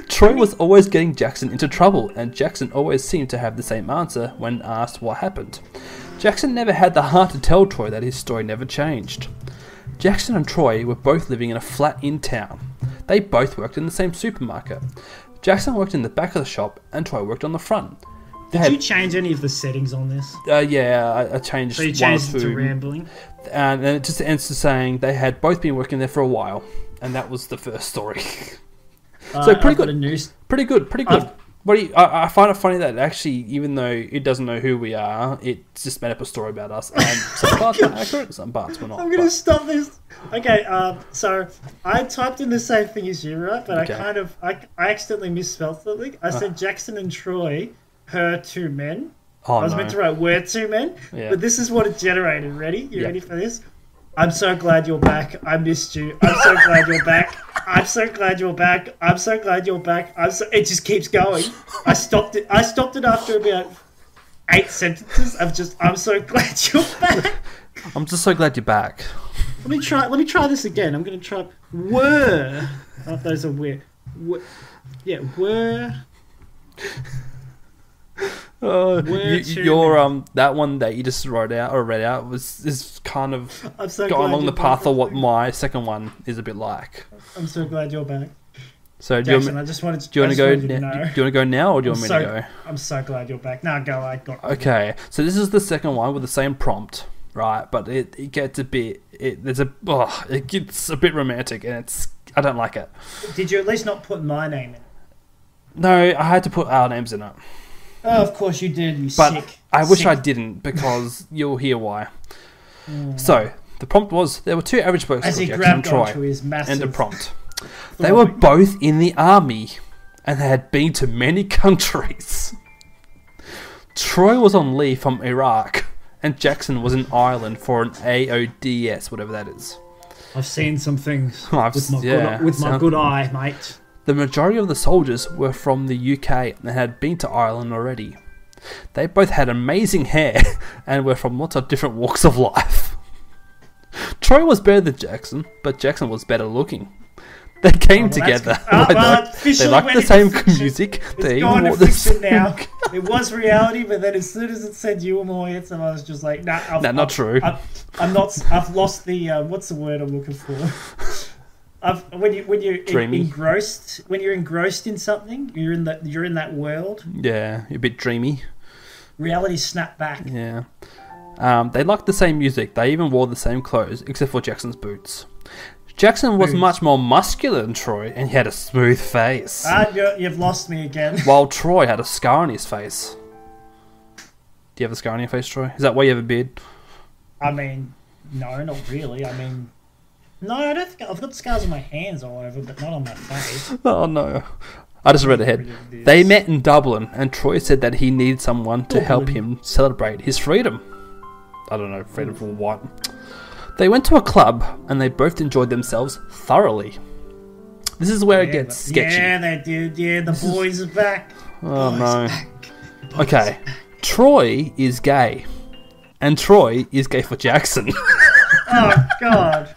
S1: Troy was always getting Jackson into trouble, and Jackson always seemed to have the same answer when asked what happened. Jackson never had the heart to tell Troy that his story never changed. Jackson and Troy were both living in a flat in town. They both worked in the same supermarket. Jackson worked in the back of the shop, and Troy worked on the front. They
S3: Did you
S1: had,
S3: change any of the settings on this?
S1: uh, yeah, I, I changed
S3: So you
S1: one or
S3: changed it to
S1: two,
S3: rambling.
S1: and then it just ends to saying they had both been working there for a while, and that was the first story.
S2: Uh,
S1: so pretty
S2: I've got
S1: good.
S2: a new s-
S1: pretty good, pretty
S2: Um,
S1: good. What do you, I, I find it funny that actually, even though it doesn't know who we are, it just made up a story about us. And some parts were accurate, some parts were not.
S2: Oh I'm gonna
S1: but-
S2: stop this. Okay, uh, so I typed in the same thing as you, right? But
S1: Okay. Uh-huh.
S2: I kind of I, I accidentally misspelled something. I said Jackson and Troy, her two men.
S1: oh,
S2: I was
S1: no.
S2: meant to write were two men,
S1: Yeah.
S2: but this is what it generated. Ready? You
S1: Yeah.
S2: ready for this? I'm so glad you're back. I missed you. I'm so glad you're back. I'm so glad you're back. I'm so glad you're back. I'm so. It just keeps going. I stopped it. I stopped it after about eight sentences of just. I'm so glad you're back.
S1: I'm just so glad you're back.
S3: Let me try. Let me try this again. I'm going to try. Were oh, those are weird. Were, yeah, were
S1: Uh,
S3: We're
S1: you,
S3: too
S1: your um that one that you just wrote out or read out was is kind of
S2: I'm so
S1: got
S2: glad
S1: along
S2: you're
S1: the path
S2: back.
S1: of what my second one is a bit like.
S2: I'm so glad you're back.
S1: So do you, want
S2: Jackson,
S1: me-
S2: I just wanted to,
S1: do you
S2: I
S1: want to
S2: just
S1: go?
S2: wanted you
S1: na-
S2: know.
S1: do you want to go now, or do you want me
S2: so,
S1: to go?
S2: I'm so glad you're back. Now go, I got
S1: Okay, so this is the second one with the same prompt, right? But it, it gets a bit it there's a oh, it gets a bit romantic and it's I don't like it.
S2: Did you at least not put my name in? it?
S1: No, I had to put our names in it,
S2: Oh, of course you did, you
S1: but
S2: sick.
S1: I wish
S2: sick. Mm.
S1: I didn't because you'll hear why. So the prompt was there were two average blokes
S2: As
S1: called
S2: he
S1: Jackson and
S2: grabbed onto
S1: Troy,
S2: his massive.
S1: and the prompt. They were
S2: thigh.
S1: both in the army and they had been to many countries. Troy was on leave from Iraq and Jackson was in Ireland for an AODS, whatever that is.
S3: I've seen some things
S1: I've
S3: with my
S1: yeah,
S3: good, with my
S1: sound-
S3: good eye, mate.
S1: The majority of the soldiers were from the UK and had been to Ireland already. They both had amazing hair and were from lots of different walks of life. Troy was better than Jackson, but Jackson was better looking. They came
S2: well, that's
S1: together.
S2: good. Ah,
S1: they
S2: well,
S1: liked, they
S2: officially
S1: liked
S2: when
S1: the
S2: it's
S1: same
S2: fiction,
S1: music.
S2: It's
S1: they
S2: gone
S1: wore
S2: to
S1: the
S2: fiction
S1: same.
S2: now. It was reality, but then as soon as it said you were Moritz, and I was just like, nah, I've,
S1: Nah, not
S2: I've-
S1: true.
S2: I've, I'm not. I've lost the. Um, what's the word I'm looking for? I've, when you when you're en-
S1: Dreamy.
S2: engrossed when you're engrossed in something, you're in that you're in that world.
S1: Yeah, a bit dreamy.
S2: Reality snap back.
S1: Yeah. Um, they liked the same music. They even wore the same clothes, except for Jackson's boots. Jackson was
S2: Boots.
S1: much more muscular than Troy, and he had a smooth face.
S2: Ah, you you've lost me again.
S1: while Troy had a scar on his face. Do you have a scar on your face, Troy? Is that why you have a beard?
S2: I mean, no, not really. I mean, no, I don't think I've got scars on my hands all over, but not on my face.
S1: Oh no. I just read ahead. They met in Dublin, and Troy said that he needed someone to help him celebrate his freedom. I don't know, freedom for what? They went to a club, and they both enjoyed themselves thoroughly. This is where it
S2: Yeah,
S1: gets
S2: but-
S1: sketchy.
S2: Yeah, they do. Yeah, the boys are back.
S1: Oh no. Okay. Troy is gay. And Troy is gay for Jackson.
S2: Oh God,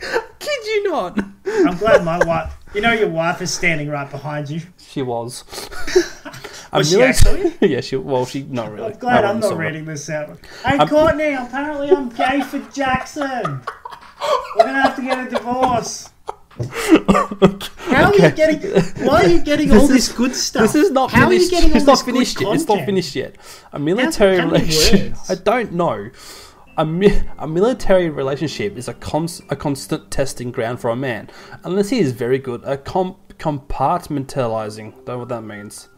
S1: Kid you not?
S2: I'm glad my wife. You know, your wife is standing right behind you.
S1: She was.
S2: Was she actually?
S1: yeah, she. Well, she not really.
S2: I'm glad
S1: No
S2: I'm
S1: one saw
S2: not
S1: her.
S2: reading this out. Hey, Courtney, apparently I'm gay for Jackson. We're gonna have to get a divorce. How are you getting? Why are you getting all this good stuff?
S1: This is not
S2: How
S1: finished.
S2: Are you getting all
S1: it's not
S2: this good
S1: finished yet. It's not
S2: content?
S1: finished yet. A military
S2: how many
S1: relationship.
S2: words?
S1: I don't know. A, mi- a military relationship is a, cons- a constant testing ground for a man, unless he is very good at com- compartmentalizing. Don't know what that means.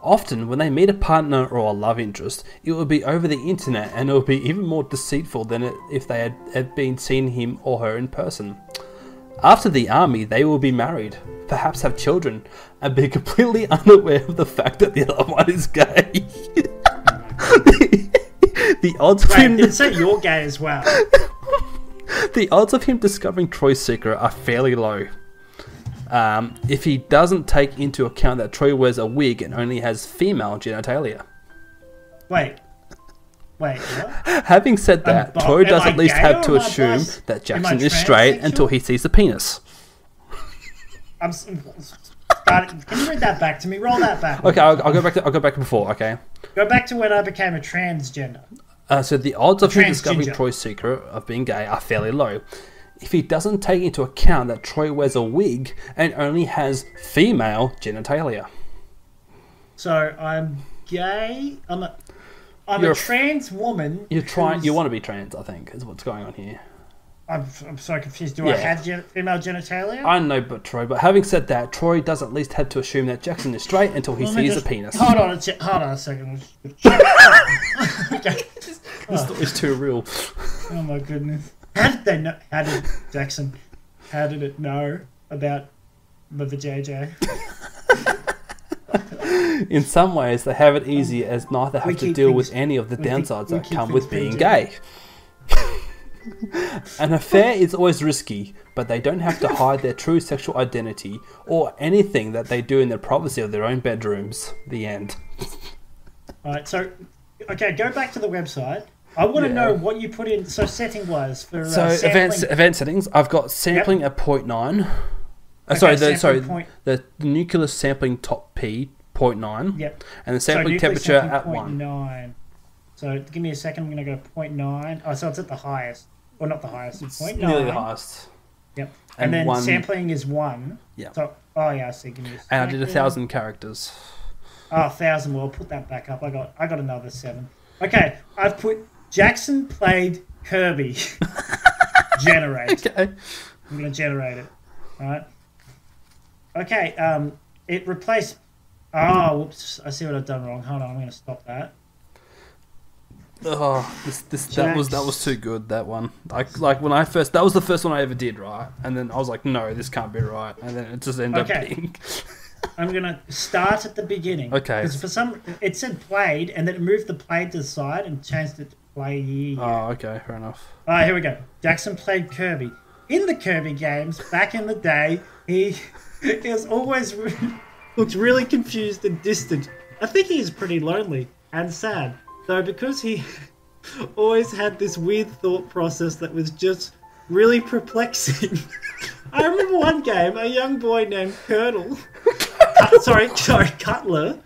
S1: Often, when they meet a partner or a love interest, it will be over the internet and it will be even more deceitful than it, if they had, had been seen him or her in person. After the army, they will be married, perhaps have children, and be completely unaware of the fact that the other one is gay. the odds of
S2: Wait,
S1: him,
S2: did it say you're gay as well?
S1: the odds of him discovering Troy's secret are fairly low. Um, if he doesn't take into account that Troy wears a wig and only has female genitalia.
S2: Wait. Wait, what?
S1: Having said that,
S2: bi-
S1: Troy
S2: am
S1: does
S2: I
S1: at least
S2: gay
S1: have
S2: or
S1: to
S2: am I
S1: assume
S2: bis?
S1: that
S2: Am I
S1: Jackson is straight
S2: transsexual?
S1: until he sees the penis.
S2: I'm s- starting. Can you read that back to me? Roll that back.
S1: Okay, I'll, I'll go back. To, I'll go back before. Okay.
S2: Go back to when I became a transgender.
S1: Uh, so the odds of him
S2: Trans
S1: discovering
S2: ginger.
S1: Troy's secret of being gay are fairly low. If he doesn't take into account that Troy wears a wig and only has female genitalia.
S2: So I'm gay. I'm a. I'm
S1: You're a
S2: a
S1: f-
S2: trans woman.
S1: You're trying.
S2: who's-
S1: You want to be trans, I think, is what's going on here.
S2: I'm, I'm so confused. Do
S1: Yeah.
S2: I have gen- female genitalia?
S1: I know, but Troy. But having said that, Troy does at least have to assume that Jackson is straight until he
S2: Let me
S1: sees
S2: just-
S1: a penis.
S2: Hold on a se- Hold on a second.
S1: This story's too real.
S2: Oh my goodness. How did they know? How did Jackson? How did it know about the JJ?
S1: In some ways, they have it easy as neither have
S2: we
S1: to
S2: keep
S1: deal with
S2: things-
S1: any of the
S2: we keep-
S1: downsides
S2: we
S1: that
S2: keep
S1: come with being
S2: things
S1: gay. An affair is always risky, but they don't have to hide their true sexual identity or anything that they do in the privacy of their own bedrooms. The end.
S2: All right, so okay, go back to the website. I want to
S1: Yeah.
S2: know what you put in. So setting wise for
S1: So
S2: uh, sampling.
S1: event event settings. I've got sampling at 0.9. Uh, sorry, the,
S2: sampling
S1: sorry,
S2: point-
S1: the nuclear sampling top P 0.9.
S2: Yep.
S1: And the
S2: So
S1: uh, sampling
S2: nuclear
S1: temperature
S2: sampling
S1: at
S2: point
S1: 1.
S2: nine. So give me a second. I'm going to go point nine. Oh, so it's at the highest, or not the highest.
S1: It's
S2: point
S1: nearly the
S2: nine.
S1: highest.
S2: Yep. And,
S1: And
S2: then
S1: one-
S2: sampling is one.
S1: Yeah.
S2: So oh yeah, I see. Give me. A
S1: And I did a
S2: second.
S1: thousand characters.
S2: Oh, a thousand. Well, put that back up. I got. I got another seven. Okay, I've put Jackson played Kirby. Generate.
S1: Okay.
S2: I'm gonna generate it. Alright. Okay, um it replaced Oh whoops, I see what I've done wrong. Hold on, I'm gonna stop that.
S1: Oh, this, this that was that was too good. That one, like like when I first that was the first one I ever did, right? And then I was like, no, this can't be right. And then it just ended up
S2: Okay.
S1: being.
S2: I'm gonna start at the beginning.
S1: Okay.
S2: Because for some it said played and then it moved the played to the side and changed it to play.
S1: Oh, okay, fair enough.
S2: Ah, here we go. Jackson played Kirby. In the Kirby games, back in the day, he is always re-
S3: Looked really confused and distant. I think he is pretty lonely and sad, though, because he always had this weird thought process that was just really perplexing. I remember one game, a young boy named Colonel. Cut- sorry, sorry, Cutler.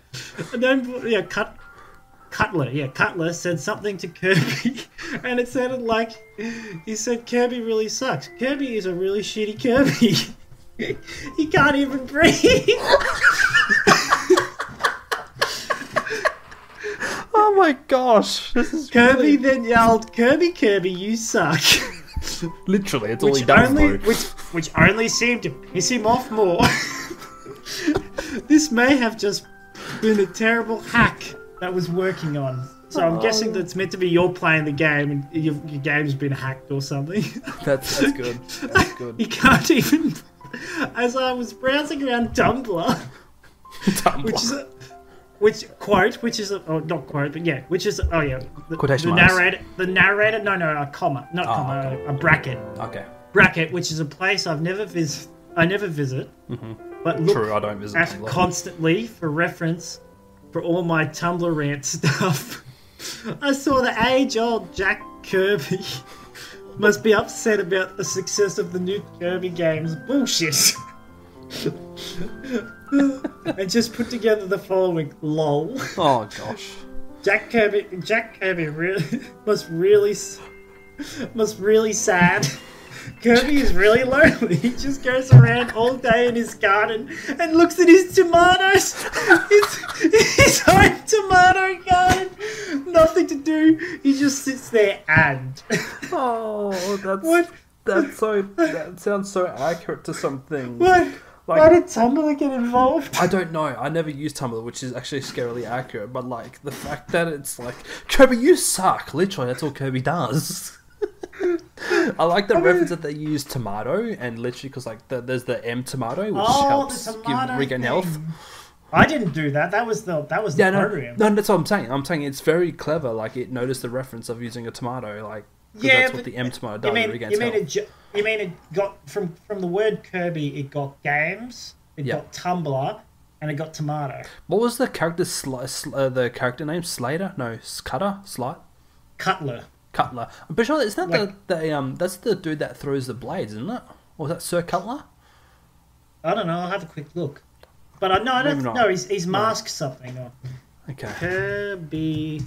S3: A known boy- yeah, Cut. Cutler, yeah, Cutler said something to Kirby, and it sounded like he said Kirby really sucks. Kirby is a really shitty Kirby. he can't even breathe.
S1: Oh my gosh, this is
S2: Kirby
S1: really-
S2: then yelled, "Kirby, Kirby, you suck!"
S1: literally it's all he
S2: which
S1: does.
S2: only
S1: though.
S2: which which only seemed to piss him off more. this may have just been a terrible hack that was working on. So I'm guessing that's meant to be you're playing the game and your, your game's been hacked or something.
S1: That's that's good. That's good.
S2: you can't even. As I was browsing around Tumblr, which is a, which quote, which is a, oh, not quote, but yeah, which is oh yeah, the,
S1: Quotation
S2: the
S1: marks. Ah,
S2: narrator, the narrator, no, no, a comma, not comma, a bracket,
S1: okay.
S2: bracket, which is a place I've never visit, I never visit,
S1: Mm-hmm.
S2: but look
S1: True, I don't visit
S2: at
S1: Tumblr.
S2: constantly for reference for all my Tumblr rant stuff. I saw the age-old Jack Kirby must be upset about the success of the new Kirby games. Bullshit. and just put together the following lol.
S1: Oh gosh.
S2: Jack Kirby, Jack Kirby really must really s- must really sad. Kirby is really lonely. He just goes around all day in his garden and looks at his tomatoes. His, his own tomato garden. Nothing to do. He just sits there and.
S1: Oh, that's
S2: What?
S1: that's so that sounds so accurate to something.
S2: What? Why
S1: Like-
S2: did Tumblr get involved?
S1: I don't know. I never used Tumblr, which is actually scarily accurate. But like the fact that it's like Kirby, you suck. Literally, that's all Kirby does. I like the reference that they use tomato and literally because like the, there's the M tomato which
S2: Oh, the
S1: helps
S2: tomato
S1: give regain health.
S2: thing. I didn't do that. That was the that was the
S1: Yeah, no,
S2: program.
S1: no, that's what I'm saying. I'm saying it's very clever. Like it noticed the reference of using a tomato, like 'cause
S2: Yeah,
S1: that's what
S2: but
S1: the M tomato does.
S2: You
S1: it
S2: mean
S1: regains
S2: you mean
S1: health.
S2: it? ju- You mean it got from from the word Kirby? It got games. It
S1: Yeah.
S2: got Tumblr, and it got tomato.
S1: What was the character? Sli- sl- uh, the character name Slater? No, S- Cutter, Slight,
S2: Cutler.
S1: Cutler. I'm pretty sure that's not
S2: Like-
S1: the, the um. That's the dude that throws the blades, isn't it? Or was that Sir Cutler?
S2: I don't know. I'll have a quick look. But I no, I don't
S1: Maybe not.
S2: know. He's he's masked something. Or
S1: Okay.
S2: Kirby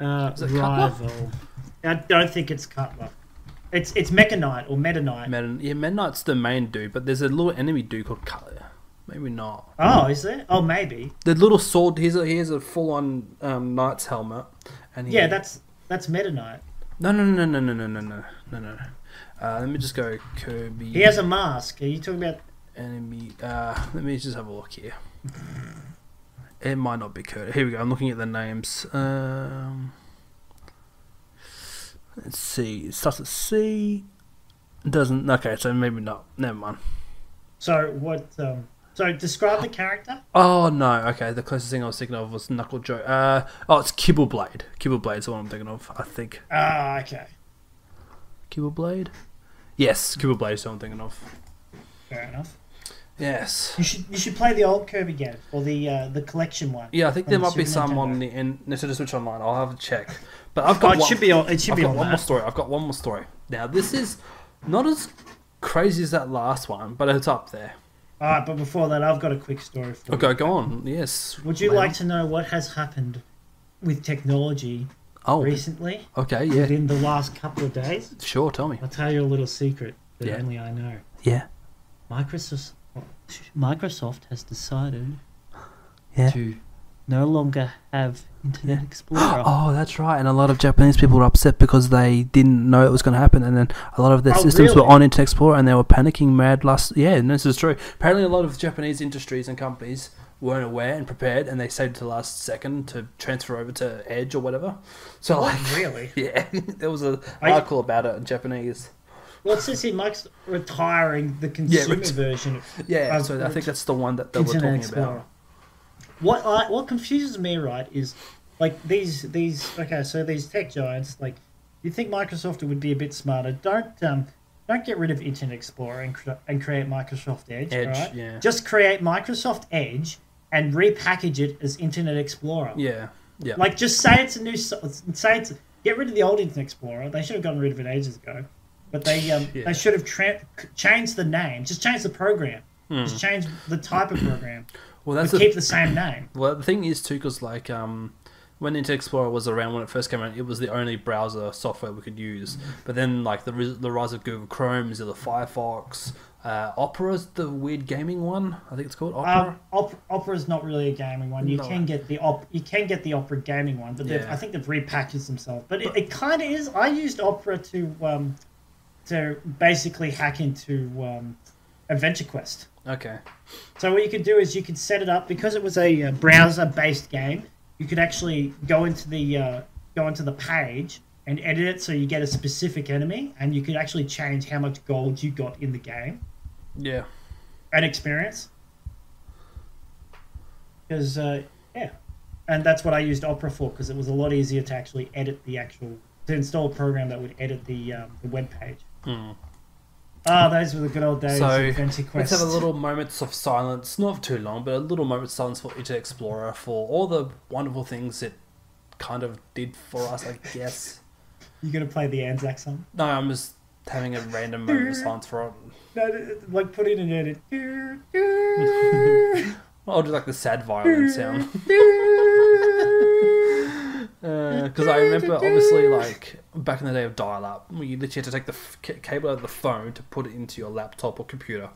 S2: uh,
S1: it Cutler?
S2: rival. I don't think it's Cutler. It's it's Mechanite or Meta Knight.
S1: Men, yeah, Midnight's the main dude, but there's a little enemy dude called Cutler. Maybe not.
S2: oh, is there? Oh, maybe.
S1: The little sword. He's a he has a full on um, knight's helmet, and he,
S2: Yeah, that's that's Meta Knight.
S1: No, no, no, no, no, no, no, no, no, no. Uh, let me just go Kirby
S2: He has a mask. Are you talking about?
S1: enemy. Uh, let me just have a look here. It might not be Kirby. Here we go. I'm looking at the names. Um, let's see. It starts with C. Doesn't. Okay, so maybe not. Never mind.
S2: So what? Um, so describe the character.
S1: Oh no. Okay, the closest thing I was thinking of was Knuckle Joe. Uh, oh, it's Kibbleblade. Kibbleblade is the one I'm thinking of. I think
S2: Ah, okay.
S1: Kibbleblade. Yes, Kibbleblade is the one I'm thinking of.
S2: Fair enough.
S1: Yes.
S2: You should you should play the old Kirby game or the uh, the collection one.
S1: Yeah, I think
S2: on
S1: there
S2: the
S1: might be
S2: Super
S1: some
S2: Nintendo.
S1: on the in Nintendo Switch Online. I'll have a check. But I've
S2: Oh,
S1: got
S2: it
S1: one,
S2: should be on. It should
S1: I've
S2: be
S1: got
S2: on.
S1: one more
S2: that.
S1: story. I've got one more story. Now this is not as crazy as that last one, but it's up there.
S2: All right, but before that, I've got a quick story for you.
S1: Okay, go on. Yes.
S2: Would you
S1: ma'am.
S2: like to know what has happened with technology
S1: Oh,
S2: recently?
S1: okay, yeah,
S2: Within the last couple of days,
S1: sure. Tell me.
S2: I'll tell you a little secret that
S1: Yeah.
S2: only I know.
S1: Yeah,
S2: Microsoft Microsoft has decided
S1: yeah.
S2: to no longer have Internet Explorer.
S1: Oh, that's right. And a lot of Japanese people were upset because they didn't know it was going to happen, and then a lot of their
S2: Oh,
S1: systems were
S2: really?
S1: on Internet Explorer, and they were panicking mad. Last yeah, and this is true. Apparently, a lot of Japanese industries and companies weren't aware and prepared, and they saved to the last second to transfer over to Edge or whatever. So like,
S2: Really?
S1: yeah, there was an
S2: Are you-
S1: article about it in Japanese.
S2: Well, it says here Mike's retiring the consumer
S1: ret-
S2: version of
S1: Yeah,
S2: Uh,
S1: so I think that's the one that they were
S2: Internet
S1: talking
S2: Explorer.
S1: about.
S2: What I, what confuses me, right, is like these these okay, so these tech giants, like you think Microsoft would be a bit smarter? Don't um, don't get rid of Internet Explorer and, cr- and create Microsoft Edge,
S1: Edge,
S2: right?
S1: yeah.
S2: Just create Microsoft Edge and repackage it as Internet Explorer.
S1: Yeah, yeah.
S2: Like just say it's a new so- say it's get rid of the old Internet Explorer. They should have gotten rid of it ages ago. But they um,
S1: Yeah.
S2: they should have tra- changed the name. Just change the program.
S1: Hmm.
S2: Just change the type of program
S1: well, that's
S2: but
S1: the
S2: keep the same name.
S1: Well, the thing is too, because like um, when Internet Explorer was around when it first came out, it was the only browser software we could use. But then, like the ris- the rise of Google Chrome, is the Firefox, uh, Opera's the weird gaming one. I think it's called Opera.
S2: Um, Op- Opera's not really a gaming one. You
S1: No.
S2: can get the op- you can get the Opera gaming one, but they've
S1: Yeah.
S2: I think they've repackaged themselves. But it, it kind of is. I used Opera to um, to basically hack into um, Adventure Quest.
S1: okay.
S2: So what you could do is you could set it up because it was a uh, browser-based game. You could actually go into the uh, go into the page and edit it so you get a specific enemy, and you could actually change how much gold you got in the game
S1: Yeah.
S2: and experience. Because uh, yeah, and that's what I used Opera for because it was a lot easier to actually edit the actual to install a program that would edit the um, the web page.
S1: Hmm.
S2: Ah, those were the good old days.
S1: So,
S2: of Adventure Quest.
S1: Let's have a little moments of silence, not too long, but a little moment of silence for Internet Explorer for all the wonderful things it kind of did for us, I guess.
S2: You gonna play the Anzac song?
S1: No, I'm just having a random moment of silence for it.
S2: No, th- th- like put in an edit. Doo, doo,
S1: I'll do like the sad violin sound. Because Uh, I remember, obviously, like back in the day of dial up, you literally had to take the f- ca- cable out of the phone to put it into your laptop or computer.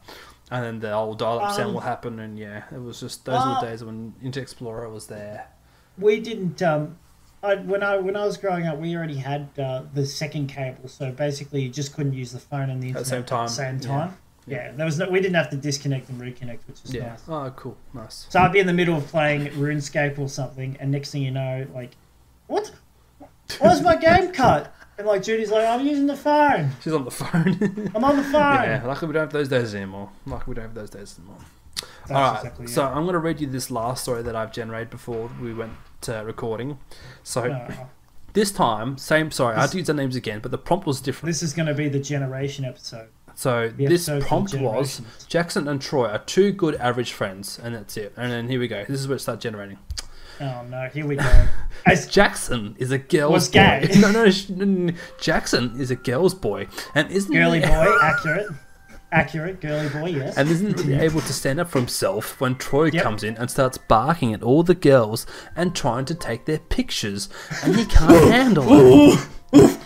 S1: And then the old dial up sound
S2: Um,
S1: will happen. And yeah, it was just those were
S2: uh,
S1: the days when Internet Explorer was there.
S2: we didn't. Um, I, when I when I was growing up, we already had uh, the second cable, so basically you just couldn't use the phone and the internet
S1: the same
S2: At
S1: time,
S2: the same
S1: yeah.
S2: time. Yeah. there was no. We didn't have to disconnect and reconnect, which was
S1: Yeah.
S2: nice.
S1: Oh, cool. Nice.
S2: So I'd be in the middle of playing RuneScape or something, and next thing you know, like, what? Why's my game cut? And like Judy's like, I'm using the phone.
S1: She's on the phone.
S2: I'm on the phone.
S1: yeah, luckily we don't have those days anymore. Luckily we don't have those days anymore.
S2: That's
S1: All right.
S2: exactly it.
S1: So I'm going to read you this last story that I've generated before we went to recording. So
S2: Uh,
S1: this time, same. Sorry, I had to use the names again, but the prompt was different.
S2: this is going to be the generation episode.
S1: so
S2: the
S1: this
S2: episode for
S1: prompt was
S2: generations.
S1: Jackson and Troy are two good average friends, and that's it. And then here we go. This is where it starts generating.
S2: Oh no, here we go. As
S1: Jackson is a girl's
S2: Was gay.
S1: boy. no, no, sh- n- n- Jackson is a girl's boy, and isn't
S2: girly
S1: he-
S2: boy, accurate, accurate girly boy, yes. Mm-hmm.
S1: and isn't really able to stand up for himself when Troy
S2: Yep.
S1: comes in and starts barking at all the girls and trying to take their pictures, and he can't handle it.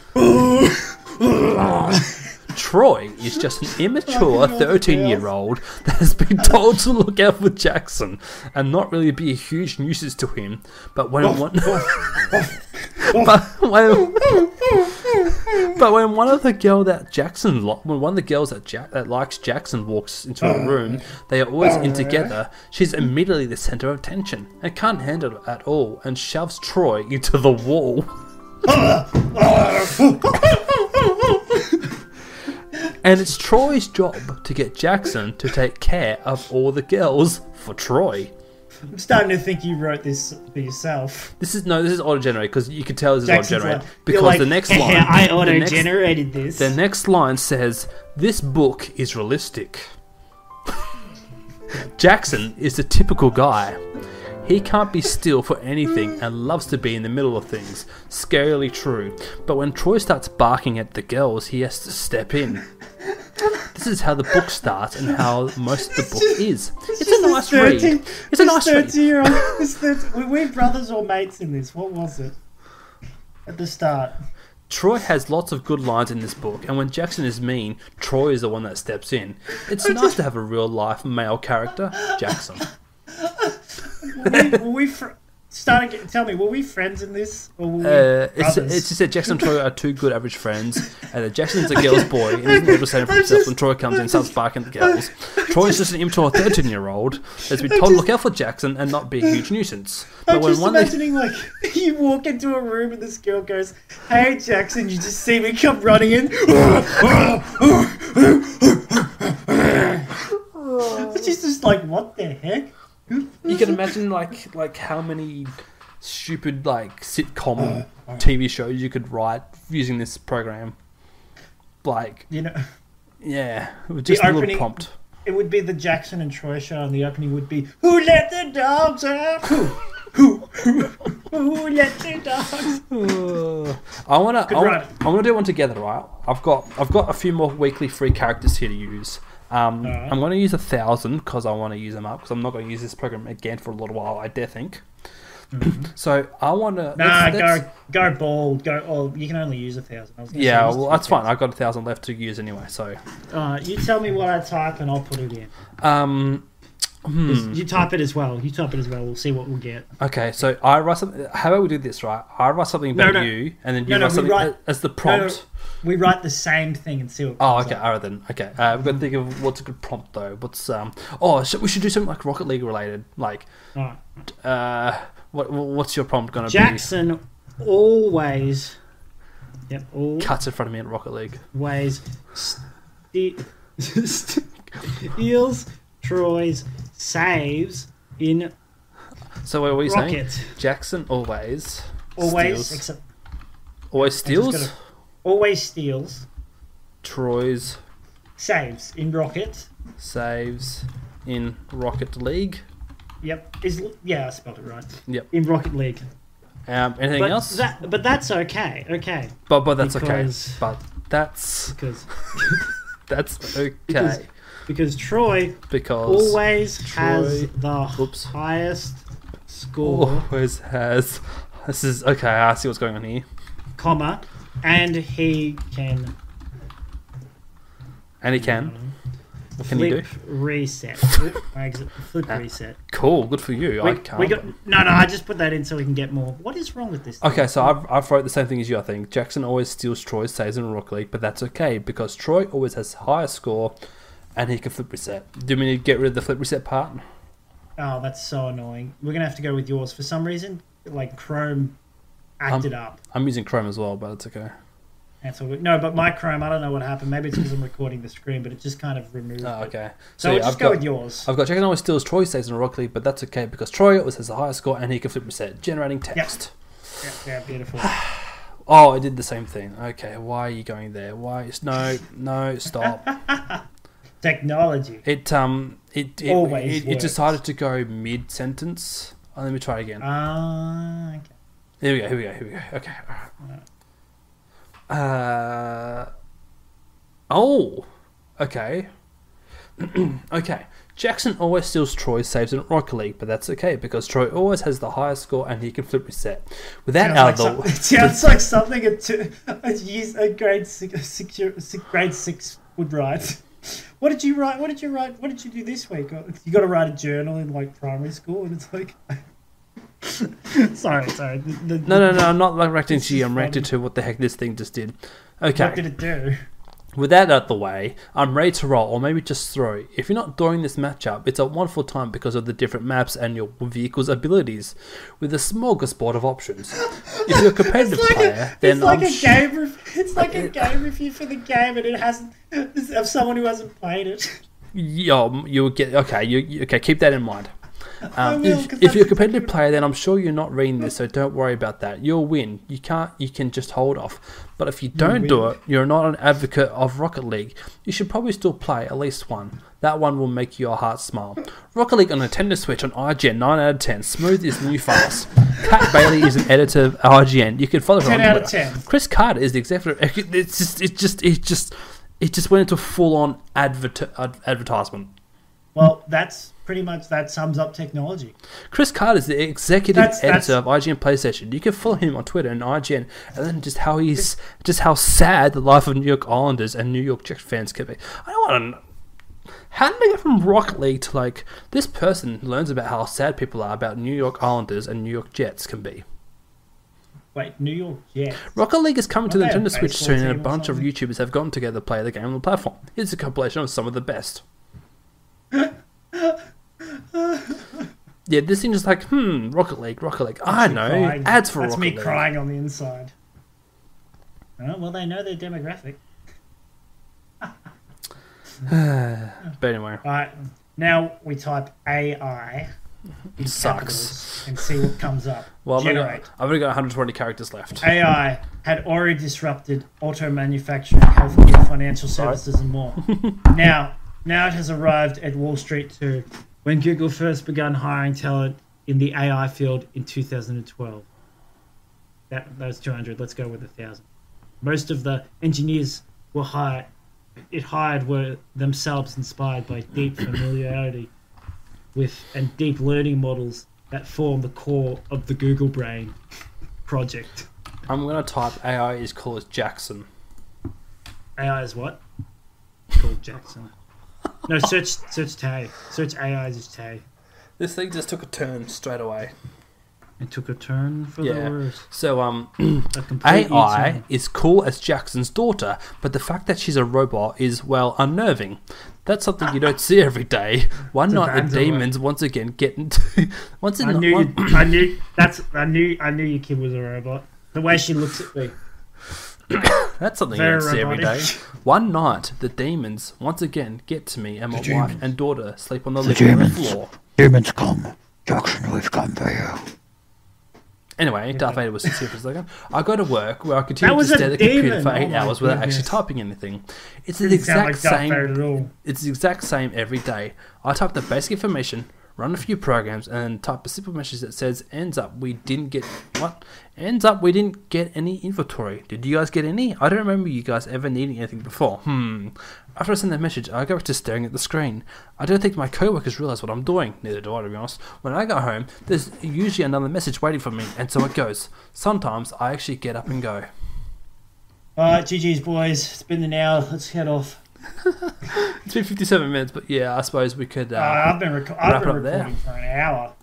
S1: Troy is just an immature
S2: all the
S1: 13 year old that has been told to look out for Jackson and not really be a huge nuisance to him, but when one. but when, but when one of the girl that Jackson lo- when one of the girls that Jack that likes Jackson walks into a room, they are always in together. She's immediately the center of attention and can't handle it at all, and shoves Troy into the wall. and it's Troy's job to get Jackson to take care of all the girls for Troy.
S2: I'm starting to think you wrote this for yourself.
S1: This is no, this is auto generated because you could tell this is auto
S2: Jackson's
S1: generated
S2: like- you're
S1: because
S2: like,
S1: the next
S2: "Yeah,
S1: line,
S2: I
S1: the next-
S2: auto-generated this.
S1: The next line says, This book is realistic. Jackson is the typical guy. He can't be still for anything and loves to be in the middle of things. Scarily true. But when Troy starts barking at the girls, he has to step in. This is how the book starts and how most of the book is. It's a nice read. It's a nice read.
S2: thirty-year-old. This 30, were we brothers or mates in this? What was it? At the start,
S1: Troy has lots of good lines in this book, and when Jackson is mean, Troy is the one that steps in. It's nice to have a real life male character, Jackson.
S2: were we, were we fr- starting? To, tell me, were we friends in this? Or were we
S1: Uh, it's,
S2: brothers?
S1: it's just that Jackson and Troy are two good average friends, and that Jackson's a girl's boy and isn't able to stand up for himself when Troy comes in and starts barking at the girls. Troy's just an immature 13 year old that's been told to look out for Jackson and not be a huge nuisance. But
S2: I'm
S1: when
S2: just
S1: one
S2: imagining like you walk into a room and this girl goes, "Hey Jackson," you just see me come running in. She's just like, "What the heck?"
S1: you can imagine like like how many stupid like
S2: Uh,
S1: sitcom TV shows you could write using this program. Like
S2: You know,
S1: yeah, with just a little
S2: opening-
S1: prompt.
S2: it would be the Jackson and Troy show, and the opening would be, "Who let the dogs out? Who, who, who, who let the dogs?"
S1: Uh, I want to.
S2: run.
S1: I'm going to do one together, right? I've got. I've got a few more weekly free characters here to use. Um,
S2: Alright.
S1: I'm going to use a thousand because I want to use them up because I'm not going to use this program again for a little while. I dare think. So I want to.
S2: Mm-hmm. Nah, go go bald. Go. Oh, you can only use a thousand. I was gonna say,
S1: Yeah,
S2: use
S1: well, that's fine.
S2: 2,000.
S1: I've got a thousand left to use anyway. So,
S2: Uh, you tell me what I type and I'll put it in.
S1: um, Mm.
S2: You type it as well. You type it as well. We'll see what we'll get.
S1: okay. So I write something. How about we do this, right? I write something
S2: No,
S1: about
S2: no.
S1: you, and then you
S2: No, no,
S1: write
S2: we
S1: something
S2: write-
S1: as the
S2: No, no,
S1: prompt.
S2: we write the same thing and see what.
S1: Oh,
S2: comes
S1: okay.
S2: up.
S1: All right then. Okay, uh, we've got to think of what's a good prompt though. What's um? Oh, sh we should do something like Rocket League related. Like,
S2: All right.
S1: uh, what what's your prompt gonna
S2: Jackson always.
S3: Yep.
S1: be?
S3: All
S1: Cuts in front of me in Rocket League.
S3: ways. Ste- steals Troy's saves in
S1: So what were you saying?
S3: Rocket.
S1: Jackson always
S2: Always,
S1: steals,
S2: except
S1: always steals
S2: gotta- always steals,
S1: Troy's
S2: saves in rocket.
S1: saves in Rocket League.
S2: Yep. Is yeah, I spelled it right.
S1: Yep.
S3: In Rocket League.
S1: Um, anything
S3: But,
S1: else?
S3: that, but that's okay. Okay.
S1: but but that's
S3: because-
S1: okay. But that's
S3: Because
S1: that's
S3: Because-
S1: okay
S3: because Troy
S1: because
S3: always has
S1: Troy-
S3: the
S1: Oops. Oh.
S3: highest score,
S1: always has. This is okay. I see what's going on here.
S3: comma, and he can
S1: And he can. What can he do?
S3: Mm. flip reset. Flip, exit- flip
S2: Ah.
S3: reset.
S1: Cool. Good for you. I
S3: We,
S1: can't.
S3: we got no, no. I just put that in so we can get more. What is wrong with this? thing?
S1: Okay, so I've, I've wrote the same thing as you, I think. Jackson always steals Troy's saves in Rock League, but that's okay because Troy always has higher score and he can flip reset. Do we need to get rid of the flip reset part?
S2: Oh, that's so annoying. We're gonna have to go with yours for some reason. Like Chrome acted
S1: Um.
S2: up.
S1: I'm using Chrome as well, but it's okay.
S2: That's all good. No, but my Chrome, I don't know what happened. Maybe it's because I'm recording the screen, but it just kind of removed.
S1: Oh,
S2: it.
S1: okay.
S2: So, we'll
S1: yeah,
S2: just
S1: I've
S2: go
S1: got,
S2: with yours.
S1: I've got Jackson always steals Troy's saves in Rock League, but that's okay because Troy always has a higher score and he can flip reset, generating text.
S2: Yeah, yeah, beautiful.
S1: Oh, I did the same thing. Okay, why are you going there? Why? No, no, stop.
S2: Technology.
S1: It um it it,
S2: Always
S1: it, it
S2: works.
S1: decided to go mid sentence. Oh, let me try again.
S2: Uh. Ah, okay.
S1: Here we go. Here we go. Here we go. Okay. all right. Uh oh. Okay. okay. Jackson always steals Troy's saves in Rocket League, but that's okay because Troy always has the highest score and he can flip reset. With that
S2: Sounds
S1: out
S2: like
S1: of the
S2: some- it sounds like something a, two, a, years- a grade six, a six, year- six grade six would write. What did you write? What did you write? What did you do this week? Oh, You got to write a journal in like primary school, and it's like. sorry, sorry. The, the,
S1: no, no, no! I'm not like ranting
S2: This
S1: to you.
S2: is
S1: I'm ranting to what the heck this thing just did. Okay.
S2: What did it do?
S1: With that out the way, I'm ready to roll, or maybe just throw. If you're not doing this matchup, it's a wonderful time because of the different maps and your vehicle's abilities, with a smorgasbord of options. If you're a competitive
S2: It's like
S1: player,
S2: a,
S1: then
S2: it's like
S1: I'm
S2: a
S1: sh-
S2: game. Re- it's like a
S1: uh,
S2: game review for the game, and it hasn't it's of someone who hasn't played it.
S1: Yo, um, you'll get okay. You, you okay? Keep that in mind. Um,
S2: will,
S1: if,
S2: 'cause
S1: if you're a
S2: that's-
S1: competitive player, then I'm sure you're not reading this, so don't worry about that. You'll win. You can't. You can just hold off. But if you don't do it, you're not an advocate of Rocket League. You should probably still play at least one. That one will make your heart smile. Rocket League on Nintendo Switch on IGN, 9 out of 10. Smooth is the new fast. Kat Bailey is an editor of IGN. You can follow her
S2: 10
S1: on
S2: out of
S1: Twitter.
S2: 10.
S1: Chris Carter is the executive. It's just, it just, it just, it just went into full-on advert- ad- advertisement.
S2: Well, that's pretty much that sums up technology.
S1: Chris Carter is the executive
S2: That's-
S1: editor
S2: that's-
S1: of IGN PlayStation. You can follow him on Twitter and IGN, and then just how he's just how sad the life of New York Islanders and New York Jets fans can be. I don't want to. How did they go from Rocket League to like this person learns about how sad people are about New York Islanders and New York Jets can be?
S2: Wait, New York, yeah.
S1: Rocket League is coming to the
S2: Don't they have
S1: Nintendo
S2: a
S1: Switch
S2: baseball
S1: soon, and
S2: team
S1: a
S2: or
S1: bunch of
S2: something?
S1: YouTubers have gotten together to play the game on the platform. Here's a compilation of some of the best. yeah, this thing is like, hmm, Rocket League, Rocket League. I
S2: me
S1: know
S2: crying.
S1: ads for
S2: That's
S1: Rocket
S2: me
S1: League.
S2: crying on the inside. Oh, well, they know their demographic.
S1: But anyway,
S2: All right, now we type AI
S1: it sucks.
S2: capitals and see what comes up.
S1: Well, I've only, got,
S2: Generate.
S1: I've only got 120 characters left.
S2: AI had already disrupted auto manufacturing, healthcare, financial services, and more. now, now it has arrived at Wall Street too. When Google first began hiring talent in the AI field in 2012, that those 200. Let's go with a thousand. Most of the engineers were hired. It hired were themselves inspired by deep familiarity with and deep learning models that
S3: that form the core of the Google Brain project.
S1: I'm gonna type AI is cool as Jackson.
S3: AI is what? Called Jackson. No, search search Tay. Search AI is Tay.
S1: This thing just took a turn straight away.
S3: It took a turn for
S1: Yeah.
S3: the worse.
S1: So um,
S3: A complete
S1: AI
S3: U-turn.
S1: is cool as Jackson's daughter, but the fact that she's a robot is, well, unnerving. That's something you don't see every day. One
S3: a
S1: night the
S3: vandal.
S1: demons once again get into. Once in
S3: I
S1: the-
S3: knew
S1: one-
S3: you. I knew. That's. I knew. I knew your kid was a robot. The way she looks at me.
S1: That's something you
S3: Very
S1: don't see every day.
S3: robotic.
S1: One night the demons once again get to me and my wife
S4: demons.
S1: and daughter sleep on the living room
S4: demons.
S1: floor.
S4: Demons come. Jackson, we've come for you.
S1: Anyway, Darth Vader was sincere for a second. I go to work where I continue
S3: That
S1: to
S3: was
S1: stare
S3: a
S1: at the computer
S3: demon.
S1: for eight
S3: Oh my
S1: hours without actually
S3: goodness.
S1: typing anything. It's the
S2: Didn't sound
S1: exact
S2: like Darth
S1: same.
S2: Vader at all.
S1: It's the exact same every day. I type the basic information, run a few programs, and then type a simple message that says ends up we didn't get what ends up we didn't get any inventory. Did you guys get any? I don't remember you guys ever needing anything before. Hmm. After I send that message, I go back to staring at the screen. I don't think my coworkers realize what I'm doing. Neither do I, to be honest. When I go home, there's usually another message waiting for me, and so it goes. Sometimes I actually get up and go.
S2: All right, GG's boys. It's been an hour. Let's head off.
S1: It's been 57 minutes, but yeah, I suppose we could. Uh,
S2: Uh, I've been, rec-
S1: wrap
S2: I've
S1: it
S2: been
S1: up there.
S2: recording for an hour.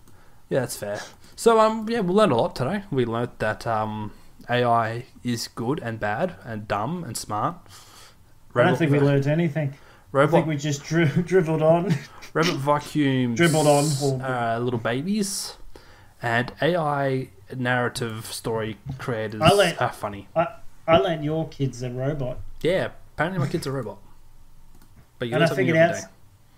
S1: Yeah, that's fair. So um, yeah, we learned a lot today. We learned that um, AI is good and bad and dumb and smart.
S2: I don't think we learned anything. I
S1: Robot,
S2: think we just dri- dribbled on.
S1: robot vacuums
S2: Dribbled on for-
S1: uh, little babies, and AI narrative story creators
S2: I like-
S1: are funny.
S2: I, I lent your kids a robot,
S1: Yeah, apparently my kid's a robot. But you
S2: and I
S1: learn something
S2: figured
S1: every
S2: out,
S1: day.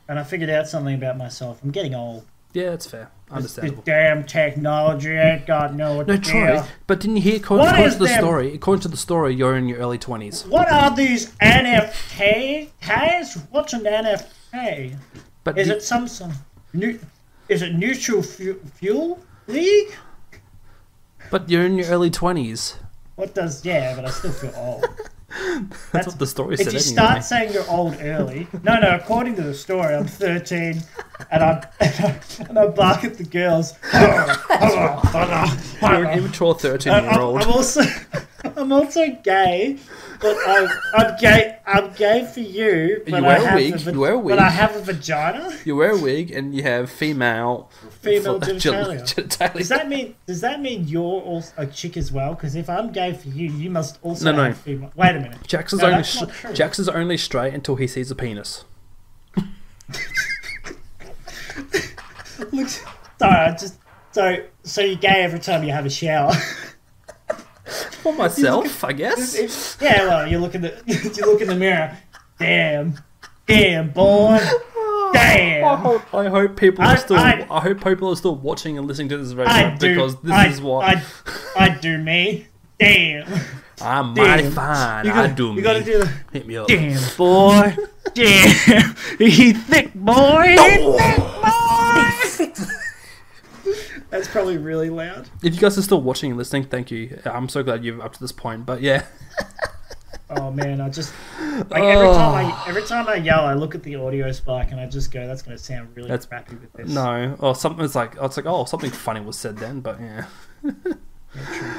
S2: and I figured out something about myself. I'm getting old.
S1: Yeah, that's fair.
S2: This, this
S1: Understandable.
S2: damn technology ain't got no.
S1: No, Troy,
S2: idea.
S1: but didn't you hear? According,
S2: What
S1: according
S2: is
S1: to the
S2: them?
S1: story, according to the story, you're in your early twenties.
S2: What are these NFTs? What's an NFT?
S1: But
S2: Is
S1: you-
S2: it some some new? Is it neutral fu- fuel league?
S1: but you're in your early twenties.
S2: What does yeah? But I still feel old.
S1: That's what the story
S2: If
S1: said.
S2: you
S1: anyway.
S2: start saying you're old early, no, no. According to the story, I'm 13, and I and I bark at the girls.
S1: You're an immature 13
S2: I'm,
S1: year
S2: I'm
S1: old.
S2: also I'm also gay, but I'm, I'm gay. I'm gay for you. But
S1: wear
S2: I
S1: a
S2: have
S1: wig,
S2: va-
S1: you wear a
S2: But I
S1: wig.
S2: have a vagina.
S1: You wear a wig and you have female.
S2: Female
S1: fl-
S2: genitalia.
S1: genitalia.
S2: Does that mean Does that mean you're also a chick as well? Because if I'm gay for you, you must also
S1: No, no.
S2: have female. Wait a minute.
S1: Jackson's
S2: No,
S1: only
S2: that's not
S1: sh-
S2: true.
S1: Jackson's only straight until he sees a penis.
S2: Look, sorry, I just so so you're gay every time you have a shower.
S1: For myself, I guess.
S2: If- yeah, well, you look in the you look in the mirror. Damn, damn boy,
S1: Ah, I
S2: damn.
S1: hope, I hope people
S2: I-
S1: are still. I,
S2: I-
S1: hope people are still watching and listening to this radio
S2: I do.
S1: because this
S2: I,
S1: is what
S2: I, I do me. Damn,
S1: am mighty
S2: damn.
S1: fine.
S2: You gotta-
S1: I do
S2: You
S1: me.
S2: gotta do the
S1: Hit me up.
S2: damn boy. Damn, he thick boy.
S1: Oh.
S2: That's probably really loud.
S1: If you guys are still watching and listening, thank you. I'm so glad you've up to this point. But yeah,
S2: Oh man, I just like every time I every time I yell, I look at the audio spike and I just go, "That's going to sound really
S1: That's-
S2: crappy with this."
S1: no, or something. It's like it's like oh, something funny was said then. But yeah.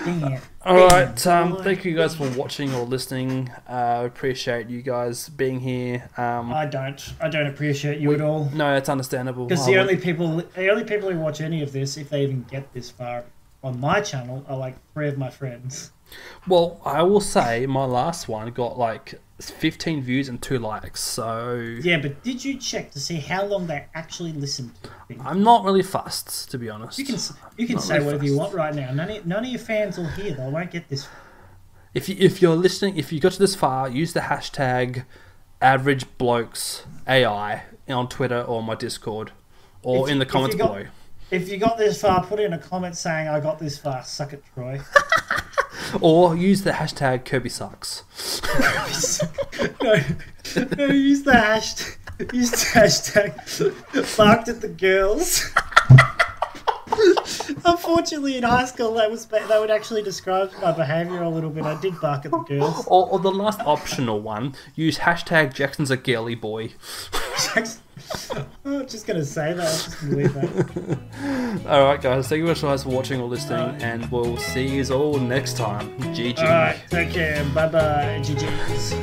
S2: Damn.
S1: All right. Um,
S2: boy.
S1: thank you guys for watching or listening. Uh, appreciate you guys being here. Um,
S2: I don't. I don't appreciate you at all.
S1: no, it's understandable.
S2: Because
S1: I
S2: the
S1: would-
S2: only people, the only people who watch any of this, if they even get this far on my channel, are like three of my friends.
S1: well, I will say my last one got like 15 views and two likes. So
S2: Yeah, but did you check to see how long they actually listened to? things?
S1: I'm not really fussed, to be honest.
S2: You can s- you can
S1: Not
S2: say
S1: really
S2: whatever you
S1: fast.
S2: want right now. None of, none of your fans will hear. They won't get this.
S1: If you if you're listening, if you got to this far, use the hashtag average blokes AI on Twitter or my Discord or
S2: If
S1: in
S2: you-
S1: the
S2: if you
S1: comments
S2: got-
S1: below.
S2: If you got this far, put in a comment saying I got this far. Suck it, Troy.
S1: Or use the hashtag Kirby sucks.
S2: no, no, use the hashtag. Use the hashtag. Barked at the girls. Unfortunately, in high school, that was that would actually describe my behaviour a little bit. I did bark at the girls.
S1: Or, or the last optional one, use hashtag Jackson's a girly boy.
S2: Jackson, I'm just gonna say that. I'm just gonna leave that.
S1: All right, guys. Thank you very much for watching or listening, and we'll see you all next time. GG.
S2: All right, take care. Bye bye, GGs.